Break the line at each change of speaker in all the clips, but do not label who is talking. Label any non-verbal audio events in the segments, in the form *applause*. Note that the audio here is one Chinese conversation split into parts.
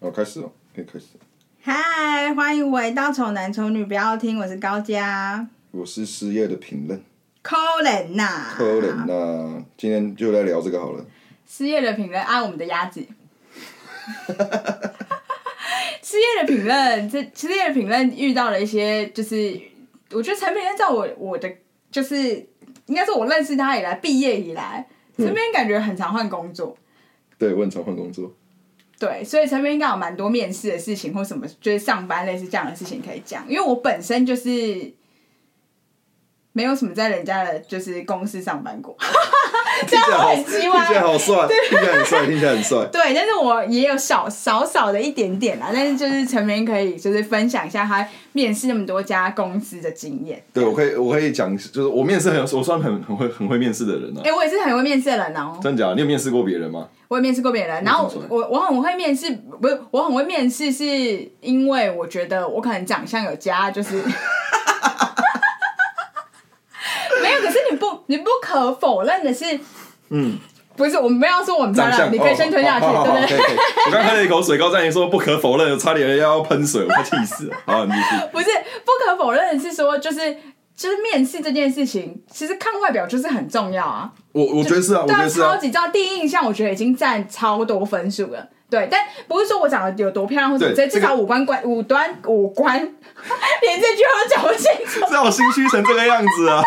好，开始哦，可以开始。
嗨，欢迎回到《丑男丑女》，不要听，我是高佳。
我是失业的评论，
扣人呐，
可能那今天就来聊这个好了。
失业的评论按我们的鸭子。失业的评论，这失业的评论遇到了一些，就是我觉得陈评论在我我的就是应该说我认识他以来，毕业以来，陈评感觉很常换工作。
对，我很常换工作，
对，所以陈边应该有蛮多面试的事情或什么，就是上班类似这样的事情可以讲。因为我本身就是没有什么在人家的就是公司上班过， *laughs* *laughs* 这
听
样
起来好，听起来。
我很鸡歪
好帅，听起来很帅，听起来很帅。
对，但是我也有少少少的一点点啦，但是就是陈明可以就是分享一下他面试那么多家公司的经验。
对，我可以，我可以讲，就是我面试很有，我算很很会很会面试的人啊
哎、。我也是很会面试的人哦、
真的假的？你有面试过别人吗？
我也面试过别人，然后
怎么说
我我我很会面试，不是我很会面试，是因为我觉得我可能长相有加，就是
*laughs*
没有。可是你不你不可否认的是，
嗯，
不是我们不要说我们漂
长
亮，
相，
你可以先吞下去，
哦好好好
对不
可以
对？
可以我刚喝了一口水，高赞也说不可否认，差点要喷水，我快气死
*laughs*
了。好，你继续。
不是不可否认的是说，就是就是面试这件事情，其实看外表就是很重要啊。
我我觉得
*laughs*
是啊，我
对
觉
啊，
得是
超
啊。
级照第一印象，我觉得已经占超多分数了。对，但不是说我长得有多漂亮或者
对
这至少
这
五官关五端五官， *laughs* 连这句话都讲不清楚，
这我心虚成这个样子啊！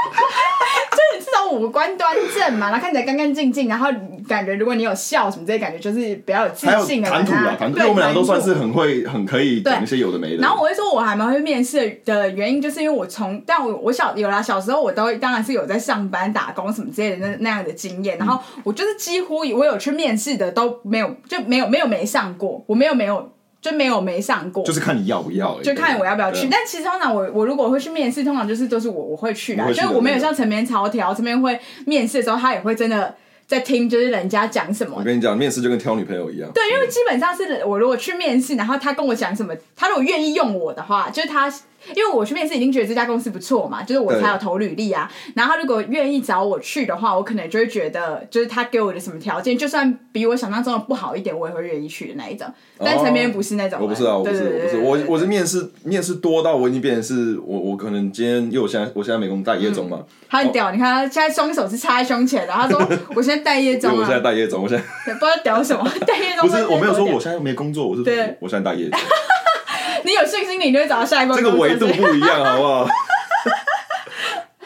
就是至少五官端正嘛，然后看起来干干净净，然后感觉如果你有笑什么这些，感觉就是比较有 *laughs* 自
还有
信的
谈
人
吐啊，
啊，
谈吐，因
对
为我们俩都
谈
算
吐
是很会、很可以讲一些有的没的。
然后我会说，我还蛮会面试的原因，就是因为我从，但我我小有啦，小时候我都当然是有在上班打工什么之类的那那样的经
嗯
验。然后我就是几乎我有去面试的都没有，就没有没有没上过，我没有没有就没有没上过，
就是看你要不要而已，
就看我要不要去。
对啊。
但其实通常我我如果会去面试，通常就是都是我我会去
你
啦，
会去的
就是我没有像陈边朝条，陈边会面试的时候，他也会真的在听，就是人家讲什么
我跟你讲，面试就跟挑女朋友一样。
对，啊因为基本上是我如果去面试，然后他跟我讲什么，他如果愿意用我的话，就是他，因为我去面试已经觉得这家公司不错嘛，就是我
对
才有投履历啊。然后他如果愿意找我去的话，我可能就会觉得，就是他给我的什么条件，就算比我想象中的不好一点，我也会愿意去的那一种。但陈明不是那种人，
哦我不是啊，我不是，
对
我不是，我我是面试面试多到我已经变成是我我可能今天因为我现在我现在没工待业中嘛，
他很屌，你看他现在双手是插在胸前的，他说我现在待业
因为
中
*laughs* 我
啊
现在，待业中，我现在
不知道屌什么，待业中
不是我没有说我现在没工作，我是
对
我现在待业中，
*laughs* 你有信心，你就会找到下一份
这
工作。
个维度不一样，好不
*laughs*
好？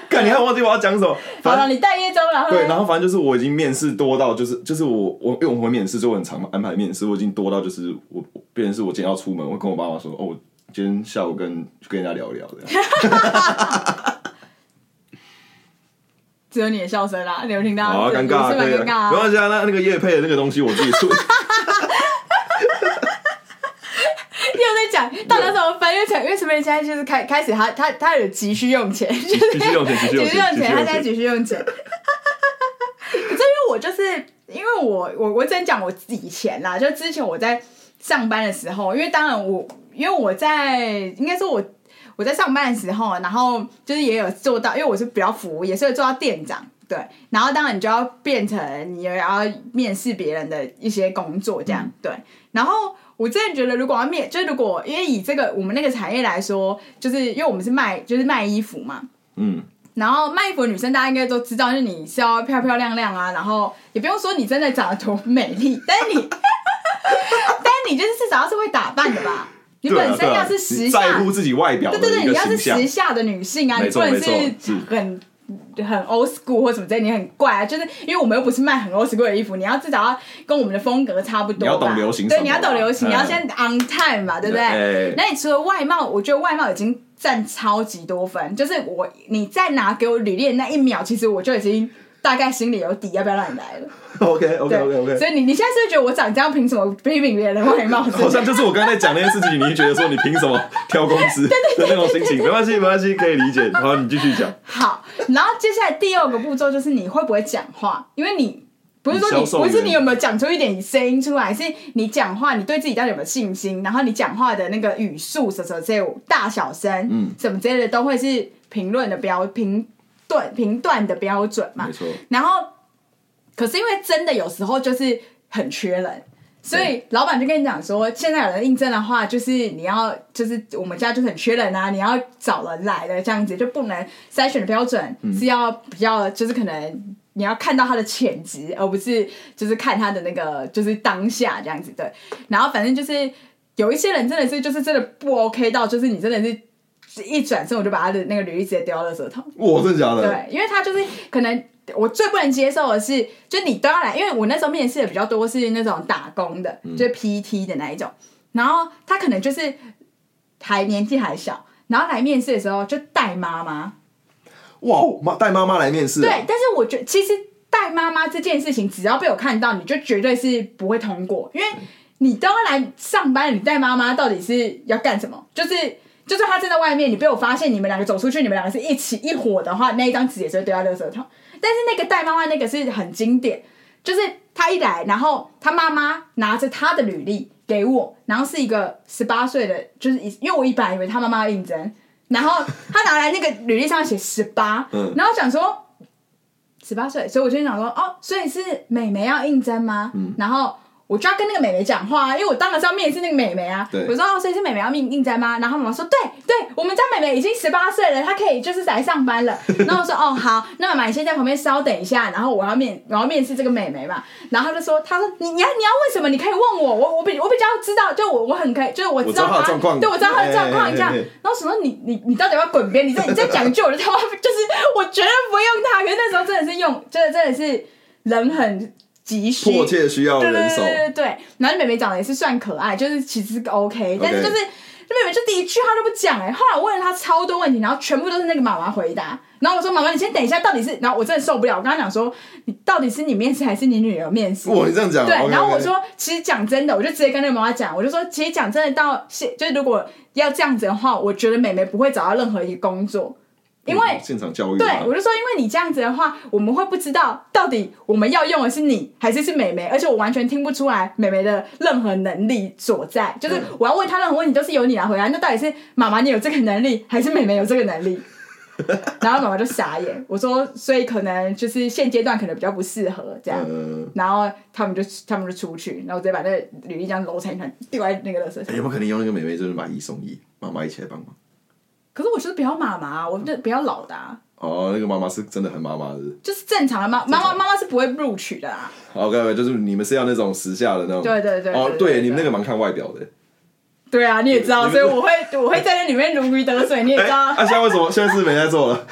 看你还忘记我要讲什么？
好啊
反正
了，你待业中，然后
对，
呢
然后反正就是我已经面试多到就是就是我我因为我会面试，所以我很常安排面试，我已经多到就是我我变成是我今天要出门，我会跟我爸妈说哦，我今天下午跟跟人家聊一聊这样。
*laughs* 只有你的笑声啦，你有听到？
好啊，
是
尴尬啊，
是蛮
可以
尴尬
啊，没
啊。
关系啊。那那个叶配的那个东西我自己出， *laughs*
你有在讲到底要怎么分？因为陈，因为陈佩现在就是开开始他，他他有急需用钱，就是
继续用钱，继续
急
用
需哎
钱，
用
继续
钱，
用
他现在
钱。
急需用钱。 *laughs* 可是因为我就是因为我我我只能讲我以前啦，就之前我在上班的时候，因为当然我因为我在应该说我我在上班的时候，然后就是也有做到，因为我是比较服务业，所以做到店长。对，然后当然你就要变成你也要面试别人的一些工作这样、对。然后我真的觉得，如果要面，就是如果因为以这个我们那个产业来说，就是因为我们是卖就是卖衣服嘛，
嗯，
然后卖衣服的女生大家应该都知道，就是你是要漂漂亮亮啊，然后也不用说你真的长得多美丽，但是你， *laughs* 但是你就是至少要是会打扮的吧？你
对啊
本身
对啊
要是
你
时
在
下，
乎自己外表的
对对对，
一
你
个
要是
形象
时，下的女性啊，
没
你不
错
能
没错嗯
是很很 old school 或什么之类，你很怪啊。就是因为我们又不是卖很 old school 的衣服，你要至少要跟我们的风格差不多
你
吧。
要懂流行
对，
什么
你要懂流行，
嗯
你要先 on time 嘛，对不对？
哎
那你除了外貌，我觉得外貌已经占超级多分，就是我你再拿给我履历的那一秒，其实我就已经大概心里有底，要不要让你来了。
*laughs* OK OK
对
OK
所
OK。
以你你现在是不是觉得我长这样，凭什么批评别人的外貌？是不是
好像就是我刚才讲那些事情，你会觉得说你凭什么挑工资的那种心情，没关系，没关系，可以理解。好，你继续
*laughs*
讲。
好，然后接下来第二个步骤就是你会不会讲话，因为你不是说
你
你
销售
不
员
是你有没有讲出一点声音出来，是你讲话你对自己到底有没有信心，然后你讲话的那个语速什么什么之类的大小声，
嗯
什么之类的都会是评论的标评断评断的标准嘛
没。错，
然后，可是因为真的有时候就是很缺人，所以老板就跟你讲说，现在有人应征的话，就是你要，就是我们家就是很缺人啊，你要找人来的这样子，就不能筛选的标准是要比较，就是可能你要看到他的潜质，而不是就是看他的那个就是当下这样子对。然后反正就是有一些人真的是就是真的不 OK 到，就是你真的是一转身我就把他的那个履历直接丢到垃圾桶。
哇，真的假的？
对，因为他就是可能我最不能接受的是，就你都要来，因为我那时候面试的比较多是那种打工的，就是 PT 的那一种，然后他可能就是还年纪还小，然后来面试的时候就带妈妈，
哇，妈带妈妈来面试、啊，
对，但是我觉得其实带妈妈这件事情，只要被我看到，你就绝对是不会通过，因为你都要来上班，你带妈妈到底是要干什么？就是。就算他站在外面，你被我发现，你们两个走出去，你们两个是一起一伙的话，那一张纸也是会丢到垃圾桶。但是那个带妈妈那个是很经典，就是他一来，然后他妈妈拿着他的履历给我，然后是一个十八岁的，就是以因为我一本来以为他妈妈要应征，然后他拿来那个履历上写十八，
嗯
然后想说十八岁，所以我就想说，哦，所以是美眉要应征吗？
嗯
然后我就要跟那个美眉讲话、啊，因为我当然是要面试那个美眉啊。
对
我说哦，所以是美眉要应应征吗？然后妈妈说，对对，我们家美眉已经十八岁了，她可以就是来上班了。然后我说哦好，那妈妈你先在旁边稍等一下，然后我要面我要面试这个美眉嘛。然后她就说，她说你你要你要问什么？你可以问我，我我比我比较知道，就我我很可以，就是我
我
知
知道
道
她的状况
对我知道她的状况
哎哎哎
这样。
哎哎
然后什么你你你到底要不要滚边？你再你再讲一句，我就他妈就是我绝对不会用它。可是那时候真的是用，真的真的是人很急需，
迫切需要
对对
人
对
手，
对对。然后妹妹长得也是算可爱，就是其实是 OK，但是就是妹妹就第一句话都不讲哎、后来我问了她超多问题，然后全部都是那个妈妈回答。然后我说妈妈，你先等一下，到底是……然后我真的受不了，我跟她讲说，你到底是你面试还是你女儿面试？
哇，你这样讲，
对，
OK，OK
然后我，说，其实讲真的，我就直接跟那个妈妈讲，我就说，其实讲真的，到现就是如果要这样子的话，我觉得美美不会找到任何一个工作，因为、
嗯现场教育嘛，
对我就说，因为你这样子的话，我们会不知道到底我们要用的是你还是是美美，而且我完全听不出来美美的任何能力所在，就是
嗯
我要问她任何问题都是由你来回答，那到底是妈妈你有这个能力，还是美美有这个能
*laughs*
力？然后妈妈就傻眼，我说，所以可能就是现阶段可能比较不适合这样。
嗯，
然后他们就他们就出去，然后我直接把那个履历这样揉成一团丢在那个垃圾
哎
桶。
有没有可能用那个美眉就是买一送一，妈妈一起来帮忙？
可是我就是比较妈妈，我就比较老的、啊，
哦，那个妈妈是真的很妈妈的
就是正常的妈妈妈妈妈是不会录取的啊。
，OK，就是你们是要那种时下的那种，
对对对
哦，
对对
对，
对
你们那个蛮看外表的，
对啊，你也知道，所以我会我会在那里面如鱼 *laughs* 得水，你也知
哎，
道。
啊，现在为什么现在是没在做了？ *laughs*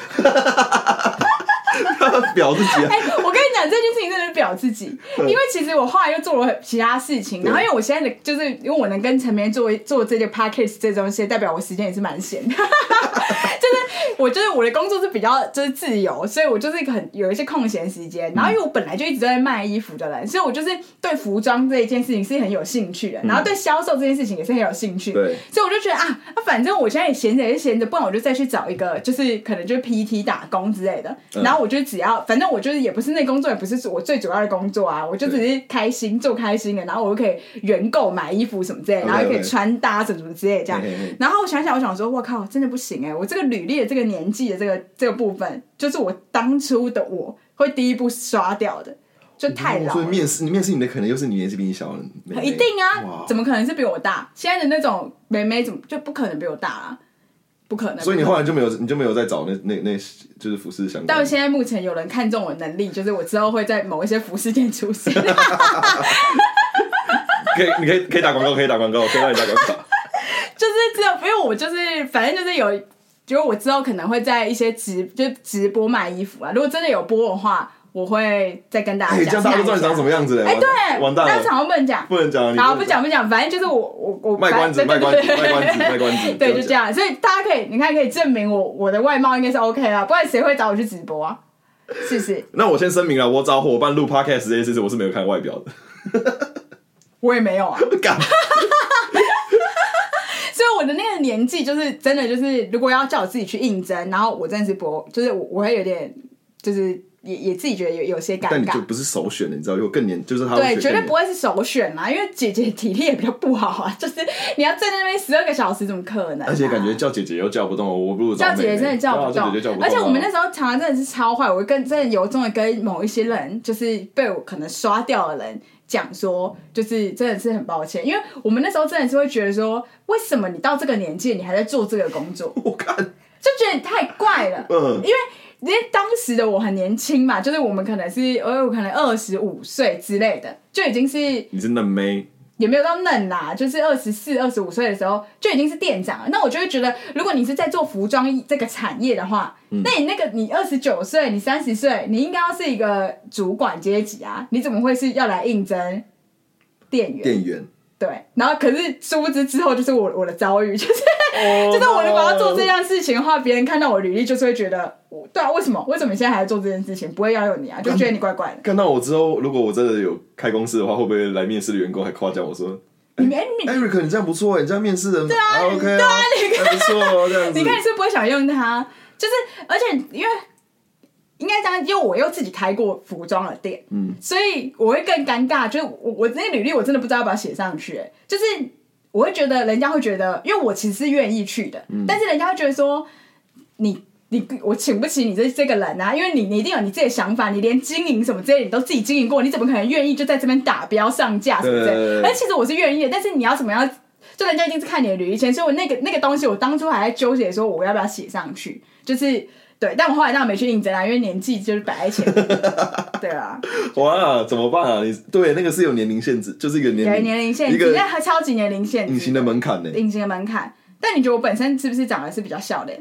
表自己啊
哎、我跟你讲这件事情真的是表自己，因为其实我后来又做了其他事情，然后因为我现在的就是因为我能跟陈明做做这些 podcast 这东西，代表我时间也是蛮闲的，就是我就是我的工作是比较就是自由，所以我就是一个很有一些空闲时间，然后因为我本来就一直都在卖衣服的人，所以我就是对服装这一件事情是很有兴趣的，然后对销售这件事情也是很有兴趣，
嗯对
所以我就觉得啊，那反正我现在也闲着也是闲着，不然我就再去找一个，就是可能就是 PT 打工之类的。
嗯
然后我就只要，反正我就是也不是那工作，也不是我最主要的工作啊，我就只是开心做开心的，然后我就可以原购买衣服什么之类的，
OK，
然后又可以
OK
穿搭什么什么之类的这样
嘿嘿嘿。
然后我想想，我想说，我靠，真的不行哎、我这个履历的这个年纪的这个这个部分，就是我当初的我会第一步刷掉的，就太老
哦所以
了。
面试你面试你的可能又是你年纪比你小的妹妹，
一定
哇
啊，怎么可能是比我大？现在的那种妹妹怎么就不可能比我大啊？不可能。
所以你
不可能
后来就没有，你就没有再找那那那，就是服饰相
到
关。
现在目前有人看中我的能力，就是我之后会在某一些服饰店出现。
可以，你可以可以打广告，可以打广告，可以让你打广告。
就是只有，因为我就是反正就是有，就是我之后可能会在一些直就直播卖衣服啊。如果真的有播的话，我会再跟大家
*laughs* 哎，这
讲。
样大家都知道你长什么样子嘞？
哎、对，
完完蛋
那
了，
场不能讲，
不能讲，你
好，不。讲不讲，反正就是我我我
卖关子
反正对对对
卖关子卖关子卖关子
对，
不要
就这样。所以大家可以，你看可以证明我我的外貌应该是 OK 啦，不然谁会找我去直播啊？是不是？
那我先声明了，我找伙伴录 podcast 这件事，我是没有看外表的。
*laughs* 我也没有啊。
干，
所以我的那个年纪就是真的就是，如果要叫我自己去应征，然后我真的是不，就是我我会有点，就是也也自己觉得有有些尴
但你就
尬。
不是首选的，你知道？有更年，就是他会
对，
选
绝对
更
不会是首选啦，因为姐姐体力也比较不好啊，就是你要站在那边十二个小时，怎么可能啊、
年，而且感觉叫姐姐又叫不动，我不如找
叫
妹
姐姐
妹
真的叫不
对啊叫
动
姐姐叫不动啊。
而且我们那时候常常真的是超坏，我跟真的由衷的跟某一些人，就是被我可能刷掉的人讲说，就是真的是很抱歉，因为我们那时候真的是会觉得说，为什么你到这个年纪你还在做这个工作，
*laughs* 我看，
就觉得太怪了。
嗯，
因为因为当时的我很年轻嘛，就是我们可能是呃，我可能二十五岁之类的，就已经是
你真的没
也没有到嫩啦，就是二十四、二十五岁的时候就已经是店长了。那我就会觉得，如果你是在做服装这个产业的话，那你那个你二十九岁、你三十岁，你应该要是一个主管阶级啊，你怎么会是要来应征店员？
店员，
对，然后可是殊不知之后就是我我的遭遇，就是
就
*laughs* *laughs* 就是我如果要
哦
做这，样事情的话，别人看到我履历就是会觉得，我对啊，为什么？为什么你现在还在做这件事情？不会要有你啊，就觉得你怪怪的。
看到我之后，如果我真的有开公司的话，会不会来面试的员工还夸奖我说
你没你
，Eric，你这样不错，你这样面试人，对
啊
，OK，
对啊
你还不错哦，这样子，
你看你是不是不会想用它，就是而且因为应该这样，因为我又自己开过服装的店，
嗯，
所以我会更尴尬。就是我我那履历我真的不知道要不要写上去、欸就是我会觉得人家会觉得，因为我其实是愿意去的，
嗯
但是人家会觉得说你。你我请不起你这这个人啊，因为你你一定有你自己的想法，你连经营什么之类的你都自己经营过，你怎么可能愿意就在这边打标上架什么之类
对对对
的？
对
而其实我是愿意的，但是你要怎么样就人家一定是看你的履历签，所以我那个那个东西，我当初还在纠结说我要不要写上去，就是对，但我后来当然没去应征啊啦，因为年纪就是摆在前
*laughs*
面，对啊，
哇，怎么办啊？你对那个是有年龄限制，就是一个年
有
龄
年龄限
一
制，
个
那还超级年龄限制，
隐形的门槛呢。
隐形的门槛。但你觉得我本身是不是长得是比较小的？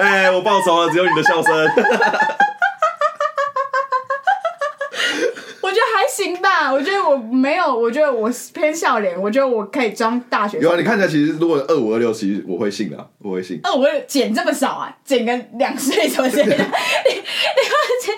哎，我报仇了，只有你的
*laughs*
笑声。
*laughs* 我觉得还行吧，我觉得我没有，我觉得我偏笑脸，我觉得我可以装大学
有
生。
啊，你看起来其实如果二五二六，其实我会信的啊，我会信。
哦，我有减这么少啊，减个两岁什么之类 *laughs* 的，你你会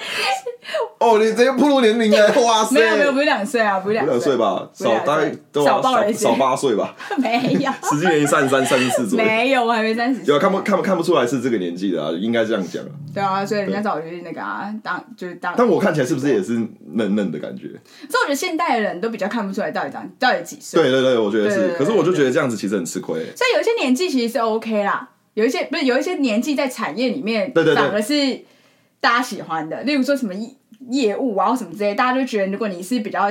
哦，你直接暴露年龄了，哇塞！
没有没有不是两岁啊，不是
不两岁吧，
不是两
少
岁
大概都
少报了一些
少八岁吧，
*laughs* 没
*laughs*
有，
实际年龄三十三、三十四左右。
没有，我还没三十。
有啊看不看不看不出来是这个年纪的啊，应该这样讲啊。
对啊，所以人家找我去那个啊，当就是当。
但我看起来是不是也是嫩嫩的感觉？
所以我觉得现代人都比较看不出来到底长到底几岁。
对对对，我觉得
对
是。
对对
可是我就觉得这样子其实很吃亏欸。
所以有一些年纪其实是 OK 啦，有一些不是有一些年纪在产业里面
对对对
反而是大家喜欢的，例如说什么业业务啊或什么之类，大家就觉得如果你是比较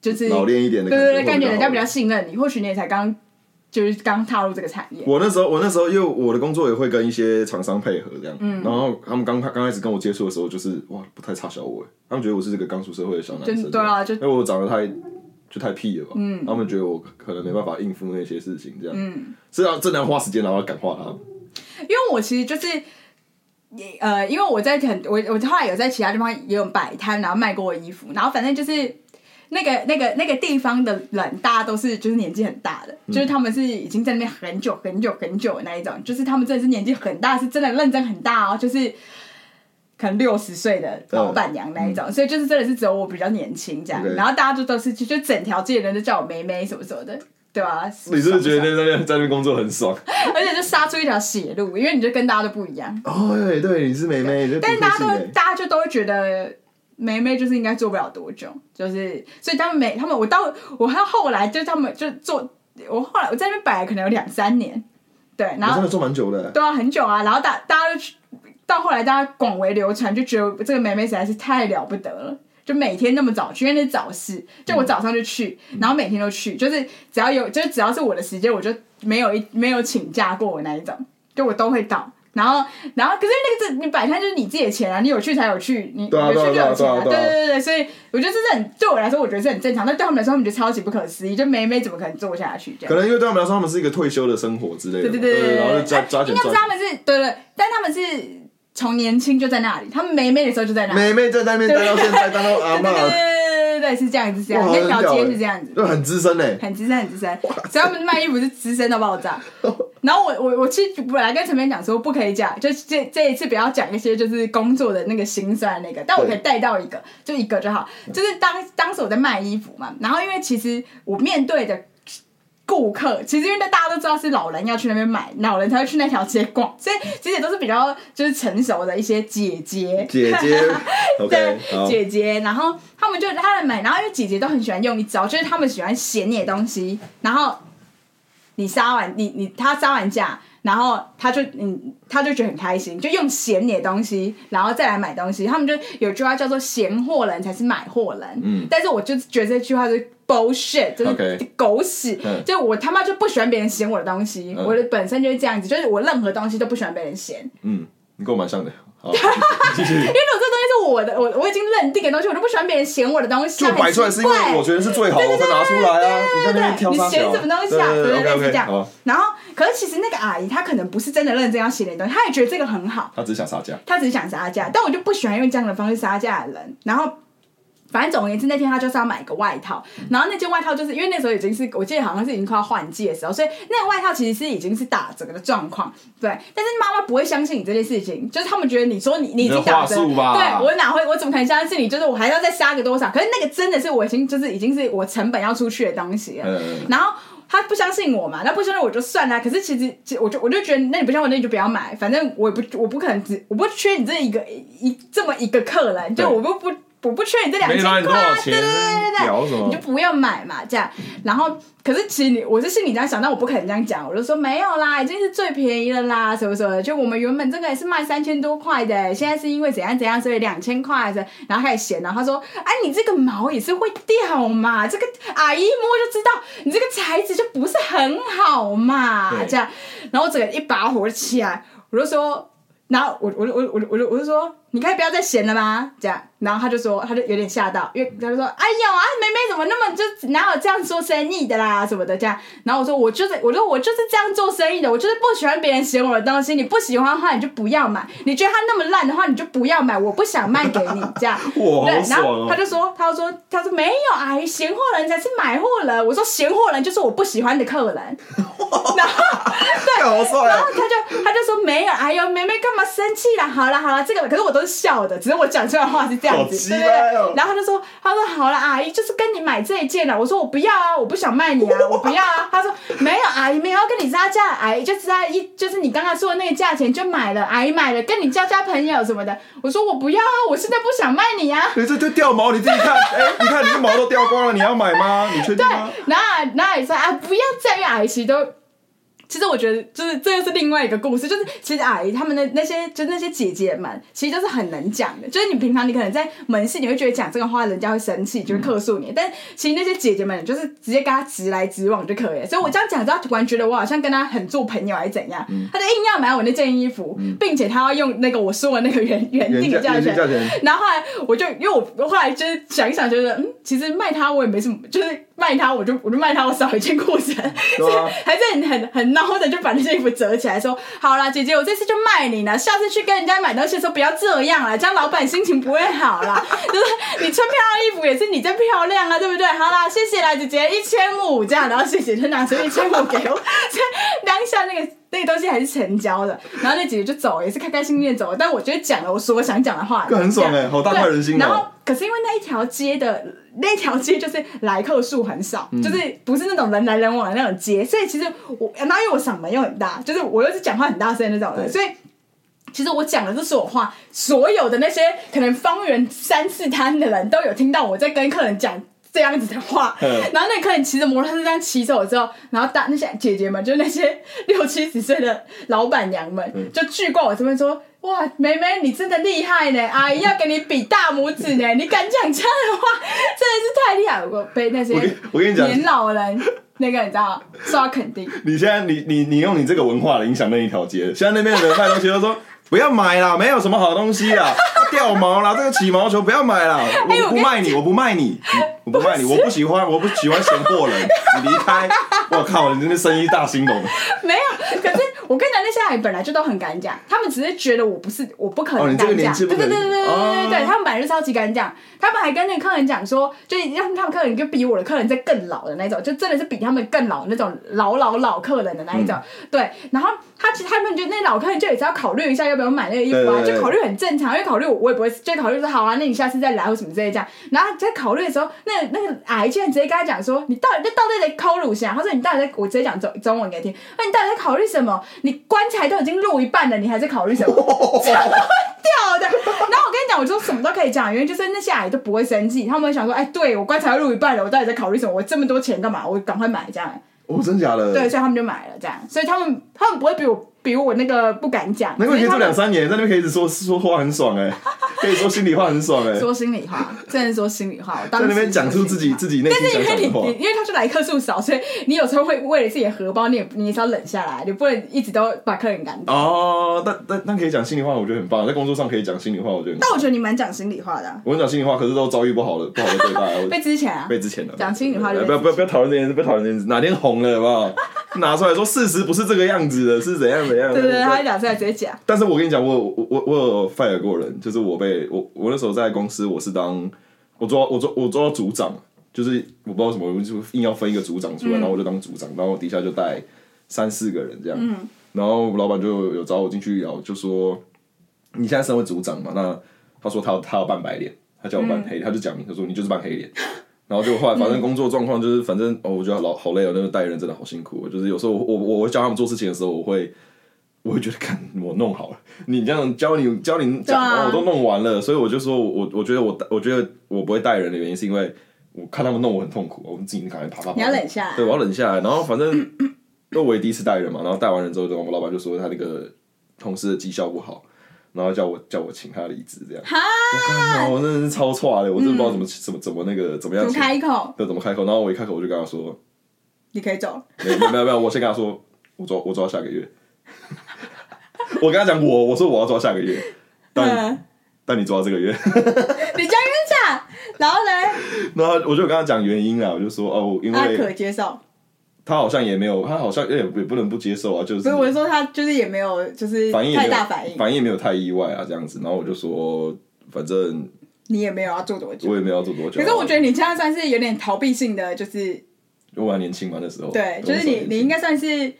就是
老
对
练一点的
对
感觉，
对，感觉
会
人家比较
好
信任你，或许你也才刚就是刚踏入这个产业。
我那时候，我那时候因为我的工作也会跟一些厂商配合这样，
嗯
然后他们刚刚开始跟我接触的时候，就是哇，不太差小我欸，他们觉得我是这个刚出社会的小男
就
生，
对啊就
因
嗯
为我长得太就太屁了吧，他们觉得我可能没办法应付那些事情，这样，嗯，是要真的要花时间，然后要感化他们，
因为我其实就是，呃，因为我在很我我后来有在其他地方也有摆摊，然后卖过衣服，然后反正就是那个那个那个地方的人，大家都是就是年纪很大的，
嗯
就是他们是已经在那边很久很久很久的那一种，就是他们真的是年纪很大，是真的认真很大哦，就是。可能六十岁的老板娘那一
嗯
种，所以就是真的是只有我比较年轻这样
OK
然后大家就都是就就整条街的人都叫我妹妹什么什么的，对吧、啊？
你是不是觉得在那边在那边工作很爽？
而且就杀出一条血路，因为你就跟大家都不一样。
哦，对对，你是妹妹，你是
但是大家
平
都
平性欸
大家就都会觉得梅梅就是应该做不了多久，就是所以他们每他们我到我到后来就他们就做我后来我在那边摆了可能有两三年，对，然
我
后
真的做蛮久的欸，
对啊很久啊，然后大大家就去到后来大家广为流传，就觉得这个梅梅实在是太了不得了。就每天那么早去，因为那是早市，就我早上就去，
嗯
然后每天都去，就是只要有，就是只要是我的时间，我就没有一没有请假过我那一种。就我都会到。然后，然后，可是那个这你摆摊就是你自己的钱啊，你有去才有去，你、
对啊
有去就
对啊
有钱
对啊对啊对啊
对对对，所以我觉得这是很对我来说，我觉得是很正常，但对他们来说，他们觉得超级不可思议，就梅梅怎么可能做下去这样
可？能因为对他们来说，他们是一个退休的生活之类的
对
嘛，
对
对
对对，
然后就抓
哎
抓
应
紧
该不
赚
是。他们是对对，但他们是从年轻就在那里，他们梅梅的时候就在那里，
妹妹在那边待到现在，待
*laughs*
到阿
对对对
嬷，
对对对，是这样子，是这样，
哇
那条
很屌
街
欸
是这样子。
就很资深欸嘞。
*laughs* 很资深，很资深，所以他们卖衣服是资深到爆炸。然后我我我其实本来跟陈明讲说不可以讲，就这这一次不要讲一些就是工作的那个辛酸的那个，但我可以带到一个，就一个就好。就是当当时我在卖衣服嘛，然后因为其实我面对的顾客，其实因为大家都知道是老人要去那边买，老人才会去那条街逛，所以其实也都是比较就是成熟的一些姐姐，
姐
*laughs*
姐，OK，好
对，姐姐，然后他们就他们买，然后因为姐姐都很喜欢用一招，就是他们喜欢嫌你的东西，然后你杀完你你他杀完价，然后他就嗯他就觉得很开心，就用嫌你的东西，然后再来买东西。他们就有句话叫做“嫌货人才是买货人”，嗯，但是我就觉得这句话是 bullshit，就是
OK
狗屎
嗯
就我他妈就不喜欢别人嫌我的东西，
嗯
我的本身就是这样子，就是我任何东西都不喜欢被人嫌。
嗯，你跟我蛮像的。
*laughs*
好，继续。继续
因为如果这东西是我的，我我已经认定的东西，我就不喜欢别人嫌我的东西，
就摆出来是因为我觉得是最好，我才拿出来啊！你在那边
对，
挑
你
三
嫌
角，
什么东西啊？
对对
对
对
对，类似
，OK
这
OK，
样
好，。
然后，可是其实那个阿姨她可能不是真的认真要写你的东西，她也觉得这个很好，
他只是想杀价。
她只是想杀价，但我就不喜欢用这样的方式杀价的人。然后，反正总而言之，那天她就是要买一个外套，然后那件外套就是因为那时候已经是我记得好像是已经快要换季的时候，所以那个外套其实是已经是打折的状况，对。但是妈妈不会相信你这件事情，就是他们觉得你说你你已经打折，
你的话术吧
对我哪会我怎么可能相信你？就是我还要再杀个多少？可是那个真的是我已经就是已经是我成本要出去的东西了，
嗯，
然后他不相信我嘛，那不相信我就算了。可是其实，其我就我就觉得，那你不相信我，那你就不要买。反正我也不，我不可能只，我不缺你这一个一这么一个客人，就
对
我不不我不缺你这两
没
千
拿
块，
你多少
对
钱
对对对
屌
对
什么
你就不要买嘛，这样。然后，可是其实你我是心里这样想，但我不可能这样讲，我就说没有啦，已经是最便宜了啦，什么什么的。就我们原本这个也是卖三千多块的，现在是因为怎样怎样，所以两千块的。然后开始嫌，然后他说：“哎、你这个毛也是会掉嘛，这个阿姨一摸就知道你这个材质就不是很好嘛。”
对
这样，然后我整个一把火起来，我就说。然后我我我我我就我就说，你可以不要再闲了吗？这样，然后他就说，啊他就有点吓到，因为他就说，哎呦啊，妹妹怎么那么就哪有这样做生意的啦什么的这样。然后我说，我就是我说我就是这样做生意的，我就是不喜欢别人嫌我的东西，你不喜欢的话你就不要买，你觉得它那么烂的话你就不要买，我不想卖给你这样。
*laughs* 哇，好
对，然
爽
后
哦
他！就说，他就说，他说没有，阿姨，闲货人才是买货人。我说闲货人就是我不喜欢的客人。然后
对，好帅
然后
哦！
他就他就说没有，哎呦，妹妹干嘛生气啦？好啦好啦，这个可是我都是笑的，只是我讲出来的话是这样
好
子，
鸡
对
掰
不对
哦？
然后他就说，他说好了，阿姨就是跟你买这一件了。我说我不要啊，我不想卖你啊，我不要啊。他说没有，阿姨没有要跟你杀价，阿姨就知道一 *laughs* 就是你刚刚说的那个价钱就买了，阿姨买了跟你交交朋友什么的。我说我不要啊，我现在不想卖
*laughs*
你啊。
你这就掉毛，你自己看，哎，你看你的毛都掉光了，你要买吗？你确定吗？
然后然后也说啊，不要再因为阿姨其实都。其实我觉得，就是这又是另外一个故事，就是其实阿姨她们的那些，就是那些姐姐们，其实都是很能讲的。就是你平常你可能在门市，你会觉得讲这个话人家会生气，就会客诉
嗯
你。但其实那些姐姐们就是直接跟她直来直往就可以了。所以我这样讲之后，她突然觉得我好像跟她很做朋友，还是怎样，
嗯
她就硬要买我那件衣服，并且她要用那个我说的那个原原定的
原价
价
嗯原定
钱
价钱，
*laughs* 然后后来我就因为我我后来就是想一想，觉得嗯，其实卖它我也没什么，就是卖它我就我就卖它，我少一件裤子，所以 *laughs* 还是很很很孬的，就把那件衣服折起来说，好啦，姐姐，我这次就卖你了，下次去跟人家买东西的时候不要这样了，这样老板心情不会好啦。 *laughs* 就是你穿漂亮衣服也是你在漂亮啊，对不对？好啦，谢谢啦，姐姐，一千五这样，然后谢谢就拿出一千五给我， *laughs* 所以当下那个。那个东西还是成交的，然后那姐姐就走，也是开开心心的走。但我觉得讲了我说我想讲的话，
这很爽哎好大快人心哦
对然后，可是因为那一条街的 *laughs* 那条街就是来客数很少，
嗯
就是不是那种人来人往的那种街，所以其实我，然后因为我嗓门又很大，就是我又是讲话很大声的那种人，
对
所以。其实我讲的是所有话，所有的那些可能方圆三四摊的人都有听到我在跟客人讲这样子的话。
嗯
然后那个客人骑着摩托车这样骑走之后，然后大那些姐姐们，就是那些六七十岁的老板娘们，
嗯
就聚过我这边说。哇，妹妹，你真的厉害呢！阿姨要给你比大拇指呢，你敢讲这样的话，真的是太厉害了！我被那些
我跟我跟你讲
年老人那个你知道受到肯定，
你现在你你你用你这个文化来影响那一条街，现在那边的人卖东西都说不要买啦，没有什么好东西啦，掉毛啦，这个起毛球不要买啦，
哎我
我不
跟你
卖你，我不卖你，嗯我不卖你，我不喜欢，我不喜欢闲货人，你离开，我靠，你真的生意大兴隆，
*laughs* 没有，可是我跟你讲，那些阿姨本来就都很敢讲，他们只是觉得我不是，我不可
哦
能
你这
敢
个
讲。
年纪
对
不
对对
可
对
能
对对对对，
哦
他们本来就超级敢讲，他们还跟那个客人讲说，就是让他们客人就比我的客人在更老的那种，就真的是比他们更老那种老老老客人的那一种。
嗯
对，然后他其实他们就那老客人就也是要考虑一下要不要买那个衣服啊，
对对对
就考虑很正常，因为考虑我我也不会，就考虑说好啊，那你下次再来或什么之类这样。然后在考虑的时候，那那个阿姨竟然直接跟他讲说，你到底在到底在抠乳香？他说你到底在，我直接讲中中文给他听，那你到底在考虑什么？你棺材都已经录一半了，你还在考虑什么？掉的。然后我跟你讲，我就什么都可以讲，原因就是那些阿姨都不会生气，他们会想说，哎，对我棺材要录一半了，我到底在考虑什么？我这么多钱干嘛？我赶快买这样。
哦，真假的？
对，，所以他们就买了这样，所以他们他们不会比我比我那个不敢讲，
难怪你可以
因为他
做
们
两三年，在那边可以一直说说话很爽哎、可以说心里话很爽哎、
说心里话，真的说心里话，我当
在
时
那边讲出自己自
己。
己内
但
心
是因
想讲
为你
的话
你，因为他是来客数少，所以你有时候会为了自己的荷包，你也你也是要忍下来，你不能一直都把客人赶走。
哦，但但但可以讲心里话，我觉得很棒。在工作上可以讲心里话，我觉得很
但我觉得你蛮讲心里话的啊、
我跟你讲心里话，可是都遭遇不好的不好的对待，我
被之前啊，
被之前的
讲心里话就被
不要不要不要讨论这件事，不要讨论这件事，哪天红了好不好？拿出来说，事实不是这个样子的，是怎样怎样？
对对对，他讲出来直接讲，
但是我跟你讲，我有我我我有 fire 过人，就是我被我我那时候在公司，我是当我做我做我做到组长，就是我不知道为什么，我就硬要分一个组长出
嗯
来，然后我就当组长，然后我底下就带三四个人这样，然后老板就有找我进去聊，就说你现在身为组长嘛，那他说他要他要扮白脸，他叫我扮黑，他就讲明他说你就是扮黑
*laughs*
脸。然后就后来，反正工作状况就是，反正哦，我觉得老好累哦，那个带人真的好辛苦哦。就是有时候我我 *laughs* 我我教他们做事情的时候，我会我会觉得，看我弄好了，你这样教你教你
对
讲，
啊
哦我都弄完了，所以我就说我我觉得我我觉得我不会带人的原因是因为我看他们弄我很痛苦，我们自己赶快啪啪啪，
你要忍下来
对，我要忍下来。然后反正 *coughs* 因为我也第一次带人嘛，然后带完人之后，我们老板就说他那个同事的绩效不好，然后叫我叫我请他离职这样。
啊
我靠我真的是超差的，我真的不知道怎么怎么怎么那个怎么
嗯怎
样
么
请，
开口？
对，怎么开口。然后我一开口我就跟他说，
你可以走，
没有没有没有没有，我先跟他说，我抓我抓下个月。 *laughs* 我跟他讲我我说我要抓下个月，但、
嗯，
但你抓这个月，
你这样讲，然后呢，
然后我就跟他讲原因啊，我就说哦，因
他
为
可接受，
他好像也没有，他好像也也不能不接受啊，就是
所以我就说他就是也没有就是
反应也没
太
有
大反应，
反应也没有太意外啊，这样子。然后我就说，反正
你也没有要做多久。
我也没有要做多久啊。
可是我觉得你这样算是有点逃避性的，就是
得我还年轻嘛，那时候
对，就是你你应该算是。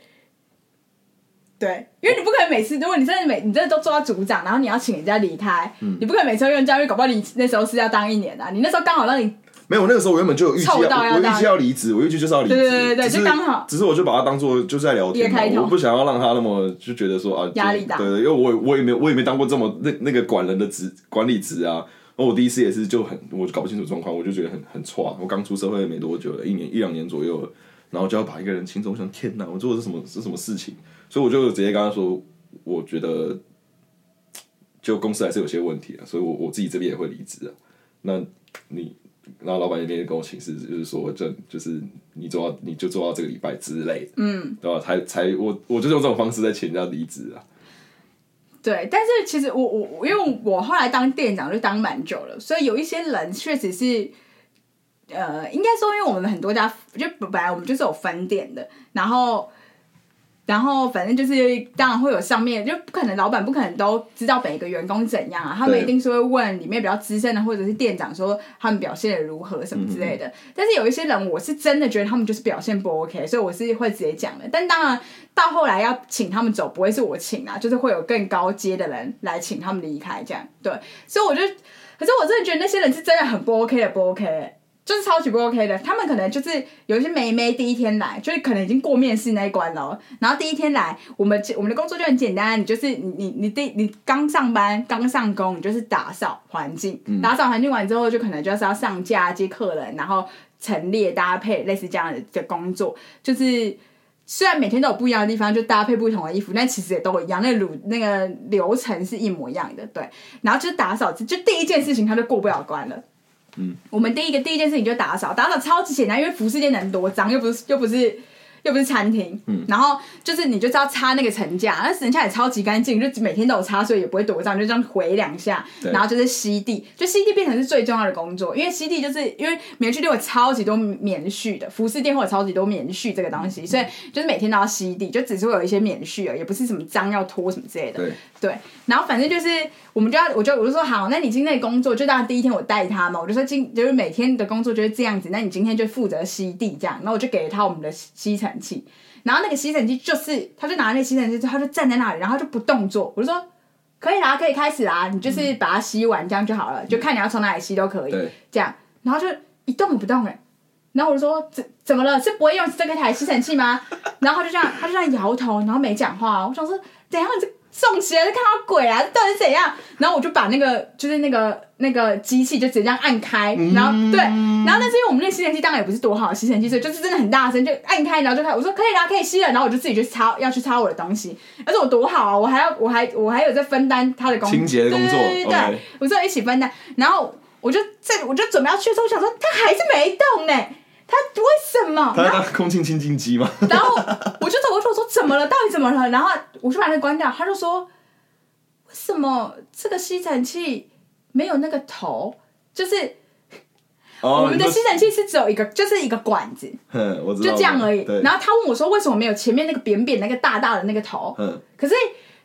对，因为你不可能每次，如果你真的每你真的都做到组长，然后你要请人家离开，你不可能每次都用教育，搞不好你那时候是要当一年的啊、你那时候刚好让你
没有那个时候，我原本就有预计
凑到要
我预
当
计要离职，我预计就是要离职，
对对对对
只
就是刚好
只是我就把它当做就是在聊天嘛
一个开，头
我不想要让他那么就觉得说啊
压力
就
大
对，因为我也我也没有我也没当过这么那那个管人的职管理职啊。然后我第一次也是就很，我就搞不清楚状况，我就觉得很很错。我刚出社会没多久了，一年一两年左右了，然后就要把一个人轻松，我想天哪，我做的是什么是什么事情？所以我就直接跟他说，我觉得就公司还是有些问题啊，所以我我自己这边也会离职啊。那你，然后老板那边跟我请示，就是说，这就是你做到你就做到这个礼拜之类的，嗯，对吧？才才我我就是用这种方式在请人家离职啊。
对，但是其实我我我因为我后来当店长就当蛮久了，所以有一些人确实是，呃，应该说，因为我们很多家就本来我们就是有分店的，然后然后反正就是当然会有上面就不可能老板不可能都知道每个员工怎样啊，他们
对
一定是会问里面比较资深的或者是店长说他们表现的如何什么之类的。但是有一些人我是真的觉得他们就是表现不 OK，所以我是会直接讲的。但当然到后来要请他们走，不会是我请啊，就是会有更高阶的人来请他们离开这样。对，所以我就，可是我真的觉得那些人是真的很不 OK 的，不 OK 的。就是超级不 OK 的，他们可能就是有一些妹妹第一天来，就是可能已经过面试那一关了哦，然后第一天来，我们我们的工作就很简单，你就是你你你第你刚上班刚上工，你就是打扫环境，打扫环境完之后，就可能就是要上架接客人，然后陈列搭配类似这样的的工作，就是虽然每天都有不一样的地方，就搭配不同的衣服，但其实也都一样，那个流那个流程是一模一样的，对。然后就是打扫，就第一件事情他就过不了关了。嗯，我们第一个第一件事情就打扫，打扫超级简单，因为服饰店能多脏，又不是又不是又不是餐厅，嗯，然后就是你就是要擦那个层架，那层架也超级干净，就每天都有擦，所以也不会多脏，就这样回两下，
对
然后就是吸地，就吸地变成是最重要的工作，因为吸地就是因为棉絮店有超级多棉絮的，服饰店会有超级多棉絮这个东西，所以就是每天都要吸地，就只是会有一些棉絮而已，也不是什么脏要拖什么之类的，
对，
对，然后反正就是，我们就要，我就我就说好，那你今天的工作就当然第一天我带他嘛，我就说今就是每天的工作就是这样子，那你今天就负责吸地这样，然后我就给了他我们的吸吸尘器，然后那个吸尘器就是，他就拿那个吸尘器，他就站在那里，然后他就不动作，我就说可以啦，可以开始啦，你就是把它吸完这样就好了，就看你要从哪里吸都可以
对，
这样，然后就一动也不动哎、然后我就说怎怎么了？是不会哦用这个台吸尘器吗？然后他就这样，他就这样摇头，然后没讲话、我想说，怎样？你这中邪看到鬼啊，到底是怎样？然后我就把那个就是那个那个机器就直接这样按开，然后
嗯
对，然后但是因为我们那个吸尘器当然也不是多好的吸尘器，所以就是真的很大声，就按开，然后就开，我说可以啦，可以吸了，然后我就自己去擦要去擦我的东西，而且我多好啊，我还要我还我还有在分担他的工
清洁的工作
对对对对
OK
我说一起分担，然后我就在我就准备要去的时候，我想说他还是没动呢、他为什么？
他
然后
当空气清净机吗？
然后我就走过去，我说怎么了？到底怎么了？然后我就把那个关掉，他就说为什么这个吸尘器没有那个头？就是
哦，
我们的
你
吸
说
尘器是只有一个，就是一个管子，
哼，我知道
就
了，
这样而已。
对，
然后他问我说为什么没有前面那个扁扁那个大大的那个头？
嗯，
可是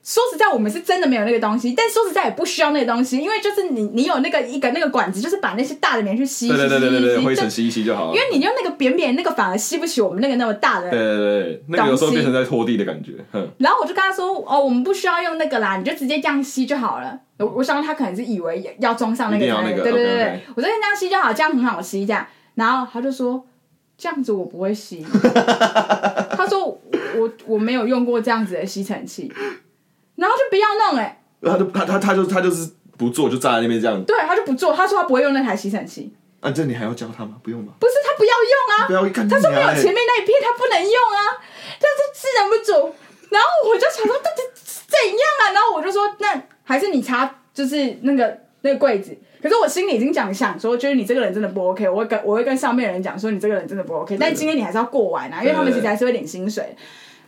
说实在，我们是真的没有那个东西，但说实在也不需要那个东西，因为就是你你有那个一个那个管子，就是把那些大的棉去吸，
对对对对对对，灰尘
吸吸吸吸
吸一吸就好
就
了。
因为你用那个扁扁那个反而吸不起我们那个那么大的
对对对对，那个有时候变成在拖地的感觉，哼，
然后我就跟他说：“哦，我们不需要用那个啦，你就直接这样吸就好了。我”我相信他可能是以为要装上那个
一定要
才
那个
对对对对
OK，OK
我说哎这样吸就好，这样很好吸这样。然后他就说：“这样子我不
*laughs*
会吸。”他说：“我我我没有用过这样子的吸尘器。”然后就不要弄哎、欸
然后他就他他他就他就是不做，就站在那边这样。
对，他就不做，他说他不会用那台吸尘器，
啊，这你还要教他吗？不用吧，
不是他不要用啊，
不要看
他说没有前
钱，
面那一片他不能用啊，他就自然不走。然后我就想说到底是怎样啊？然后我就说那还是你擦，就是那个那个柜子。可是我心里已经讲想说，就是你这个人真的不 OK，我会跟我会跟上面的人讲说你这个人真的不 OK，但今天你还是要过完啊，因为他们其实还是会领薪水。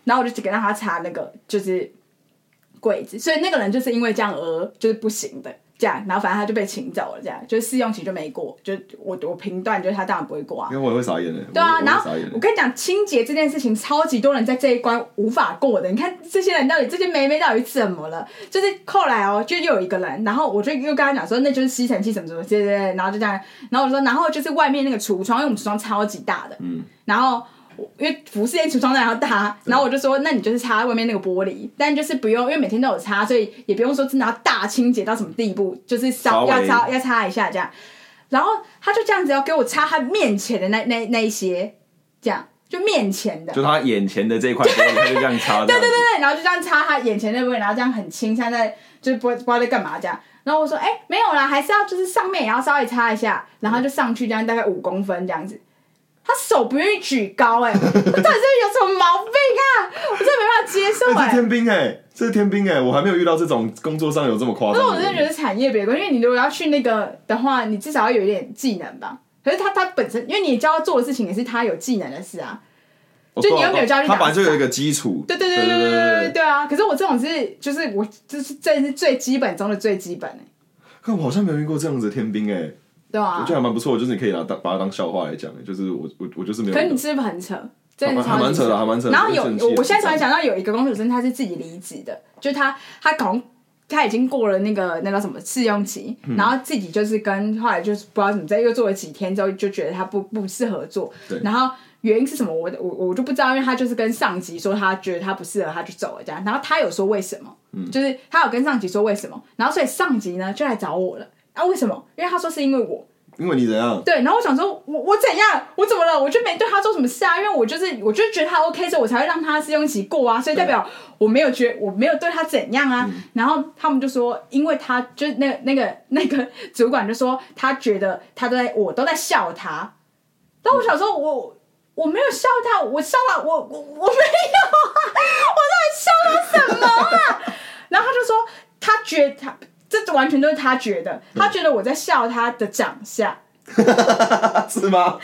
然后我就只给让他擦那个就是柜子，所以那个人就是因为这样而就是不行的。这样，然后反正他就被请走了，这样就是试用期就没过，就我我评断就是他当然不会过啊
因。为我也会傻眼的。
对啊
我，
然
我
后
会傻眼
我
的。
跟你讲，清洁这件事情，超级多人在这一关无法过的。你看这些人到底，这些妹妹到底怎么了？就是后来哦，就又有一个人，然后我就又跟他讲说，那就是吸尘器什么什么，对对对，然后就这样，然后我说，然后就是外面那个橱窗，因为我们橱窗超级大的，
嗯，
然后我因为服饰店橱窗那还要大，然后我就说，那你就是擦外面那个玻璃，但就是不用，因为每天都有擦，所以也不用说真的要大清洁到什么地步，就是
稍
稍
微
要擦要擦一下这样。然后他就这样子要给我擦他面前的那那那一些，这样就面前的，
就他眼前的这一块玻璃，他就这样擦，对
对对对，对，然后就这样擦他眼前那部分，然后这样很轻，像在就是不不知道在干嘛这样。然后我说，哎、没有啦，还是要就是上面也要稍微擦一下，然后就上去这样大概五公分这样子。他手不愿意举高、哎，我到底是有什么毛病啊？我真的没办法接受、
这是
哎。
天兵哎，这是天兵哎，我还没有遇到这种工作哎上有这么夸
可是
张
我
的
真
人。
的觉得产业别关，因为你如果要去那个的话，你至少要有一点技能吧。可是他他本身，因为你教他做的事情也是他有技能的事啊。
我
就
懂
你又没有教育
他
打
本来就有一个基础。
对对对对对对对对啊！可是我这种是就是我就是这是最基本中的最基本、哎。
看我好像没有遇过这样子的天兵哎，
对
我
啊
觉，得还蛮不错，就是你可以拿当把它当笑话来讲，欸就是我我我就是没有。
可是你是不是很扯？真的
还蛮
超级
扯的还蛮扯的
然后有
这很气
我，我现在
人
突然想到有一个公主生，她是自己离职的，就是她她搞她已经过了那个那叫什么试用期，
嗯
然后自己就是跟后来就是不知道怎么在又做了几天之后就觉得她不不适合做
对，
然后原因是什么我我我就不知道，因为她就是跟上级说她觉得她不适合，她就走了这样，然后她有说为什么，
嗯
就是她有跟上级说为什么，然后所以上级呢就来找我了，啊为什么？因为她说是因为我，
因为你怎样？
对，然后我想说，我我怎样？我怎么了？我就没对他做什么事啊，因为我就是我就觉得他 OK，所以我才会让他试用期过啊，所以代表我没有觉我没有对他怎样啊。然后他们就说，因为他就是那个那个那个主管就说，他觉得他都在我都在笑他。然后我想说，我我没有笑他，我笑他，我我我没有啊，我到底笑他什么啊？ *laughs* 然后他就说，他觉得他这完全都是他觉得，他觉得我在笑他的长相。
啊是吗？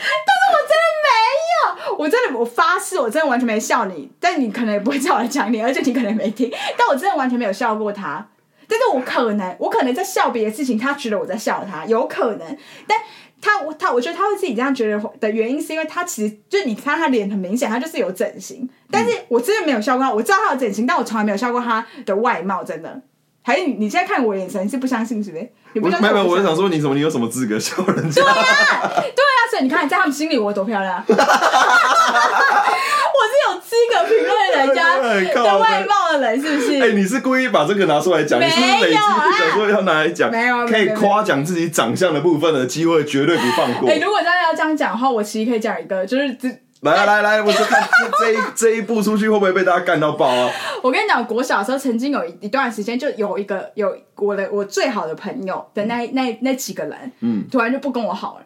我真的，我发誓，我真的完全没笑你，但你可能也不会叫我讲你，而且你可能也没听，但我真的完全没有笑过他。但是我可能，我可能在笑别的事情，他觉得我在笑他，有可能。但他，我他，我觉得他会自己这样觉得的原因，是因为他其实就你看他脸很明显，他就是有整形。但
嗯
是我真的没有笑过他，我知道他有整形，但我从来没有笑过他的外貌，真的。还是你你现在看我眼神你是不相信是不是？ *laughs* 你不
我
相
没
信
有没有，
不
我
笑
就想说你怎么你有什么资格笑人家？
对啊，所以你看，在他们心里我有多漂亮 *laughs* 啊，我是有资格评论人
*laughs*
家
对靠
的外貌的人，是不
哎、
是？
你是故意把这个拿出来讲？你是不是累积
没有啊
想说要拿来讲？
没有没有
可以夸奖自己长相的部分的机会绝对不放过。
哎哎，如果真的要这样讲的话，我其实可以讲一个，就是只
来啊来啊来啊，我就看这这一这一步出去会不会被大家干到爆啊？
我跟你讲，国小的时候曾经有一段时间，就有一个有我的我最好的朋友的那那那几个人，
嗯，
突然就不跟我好了。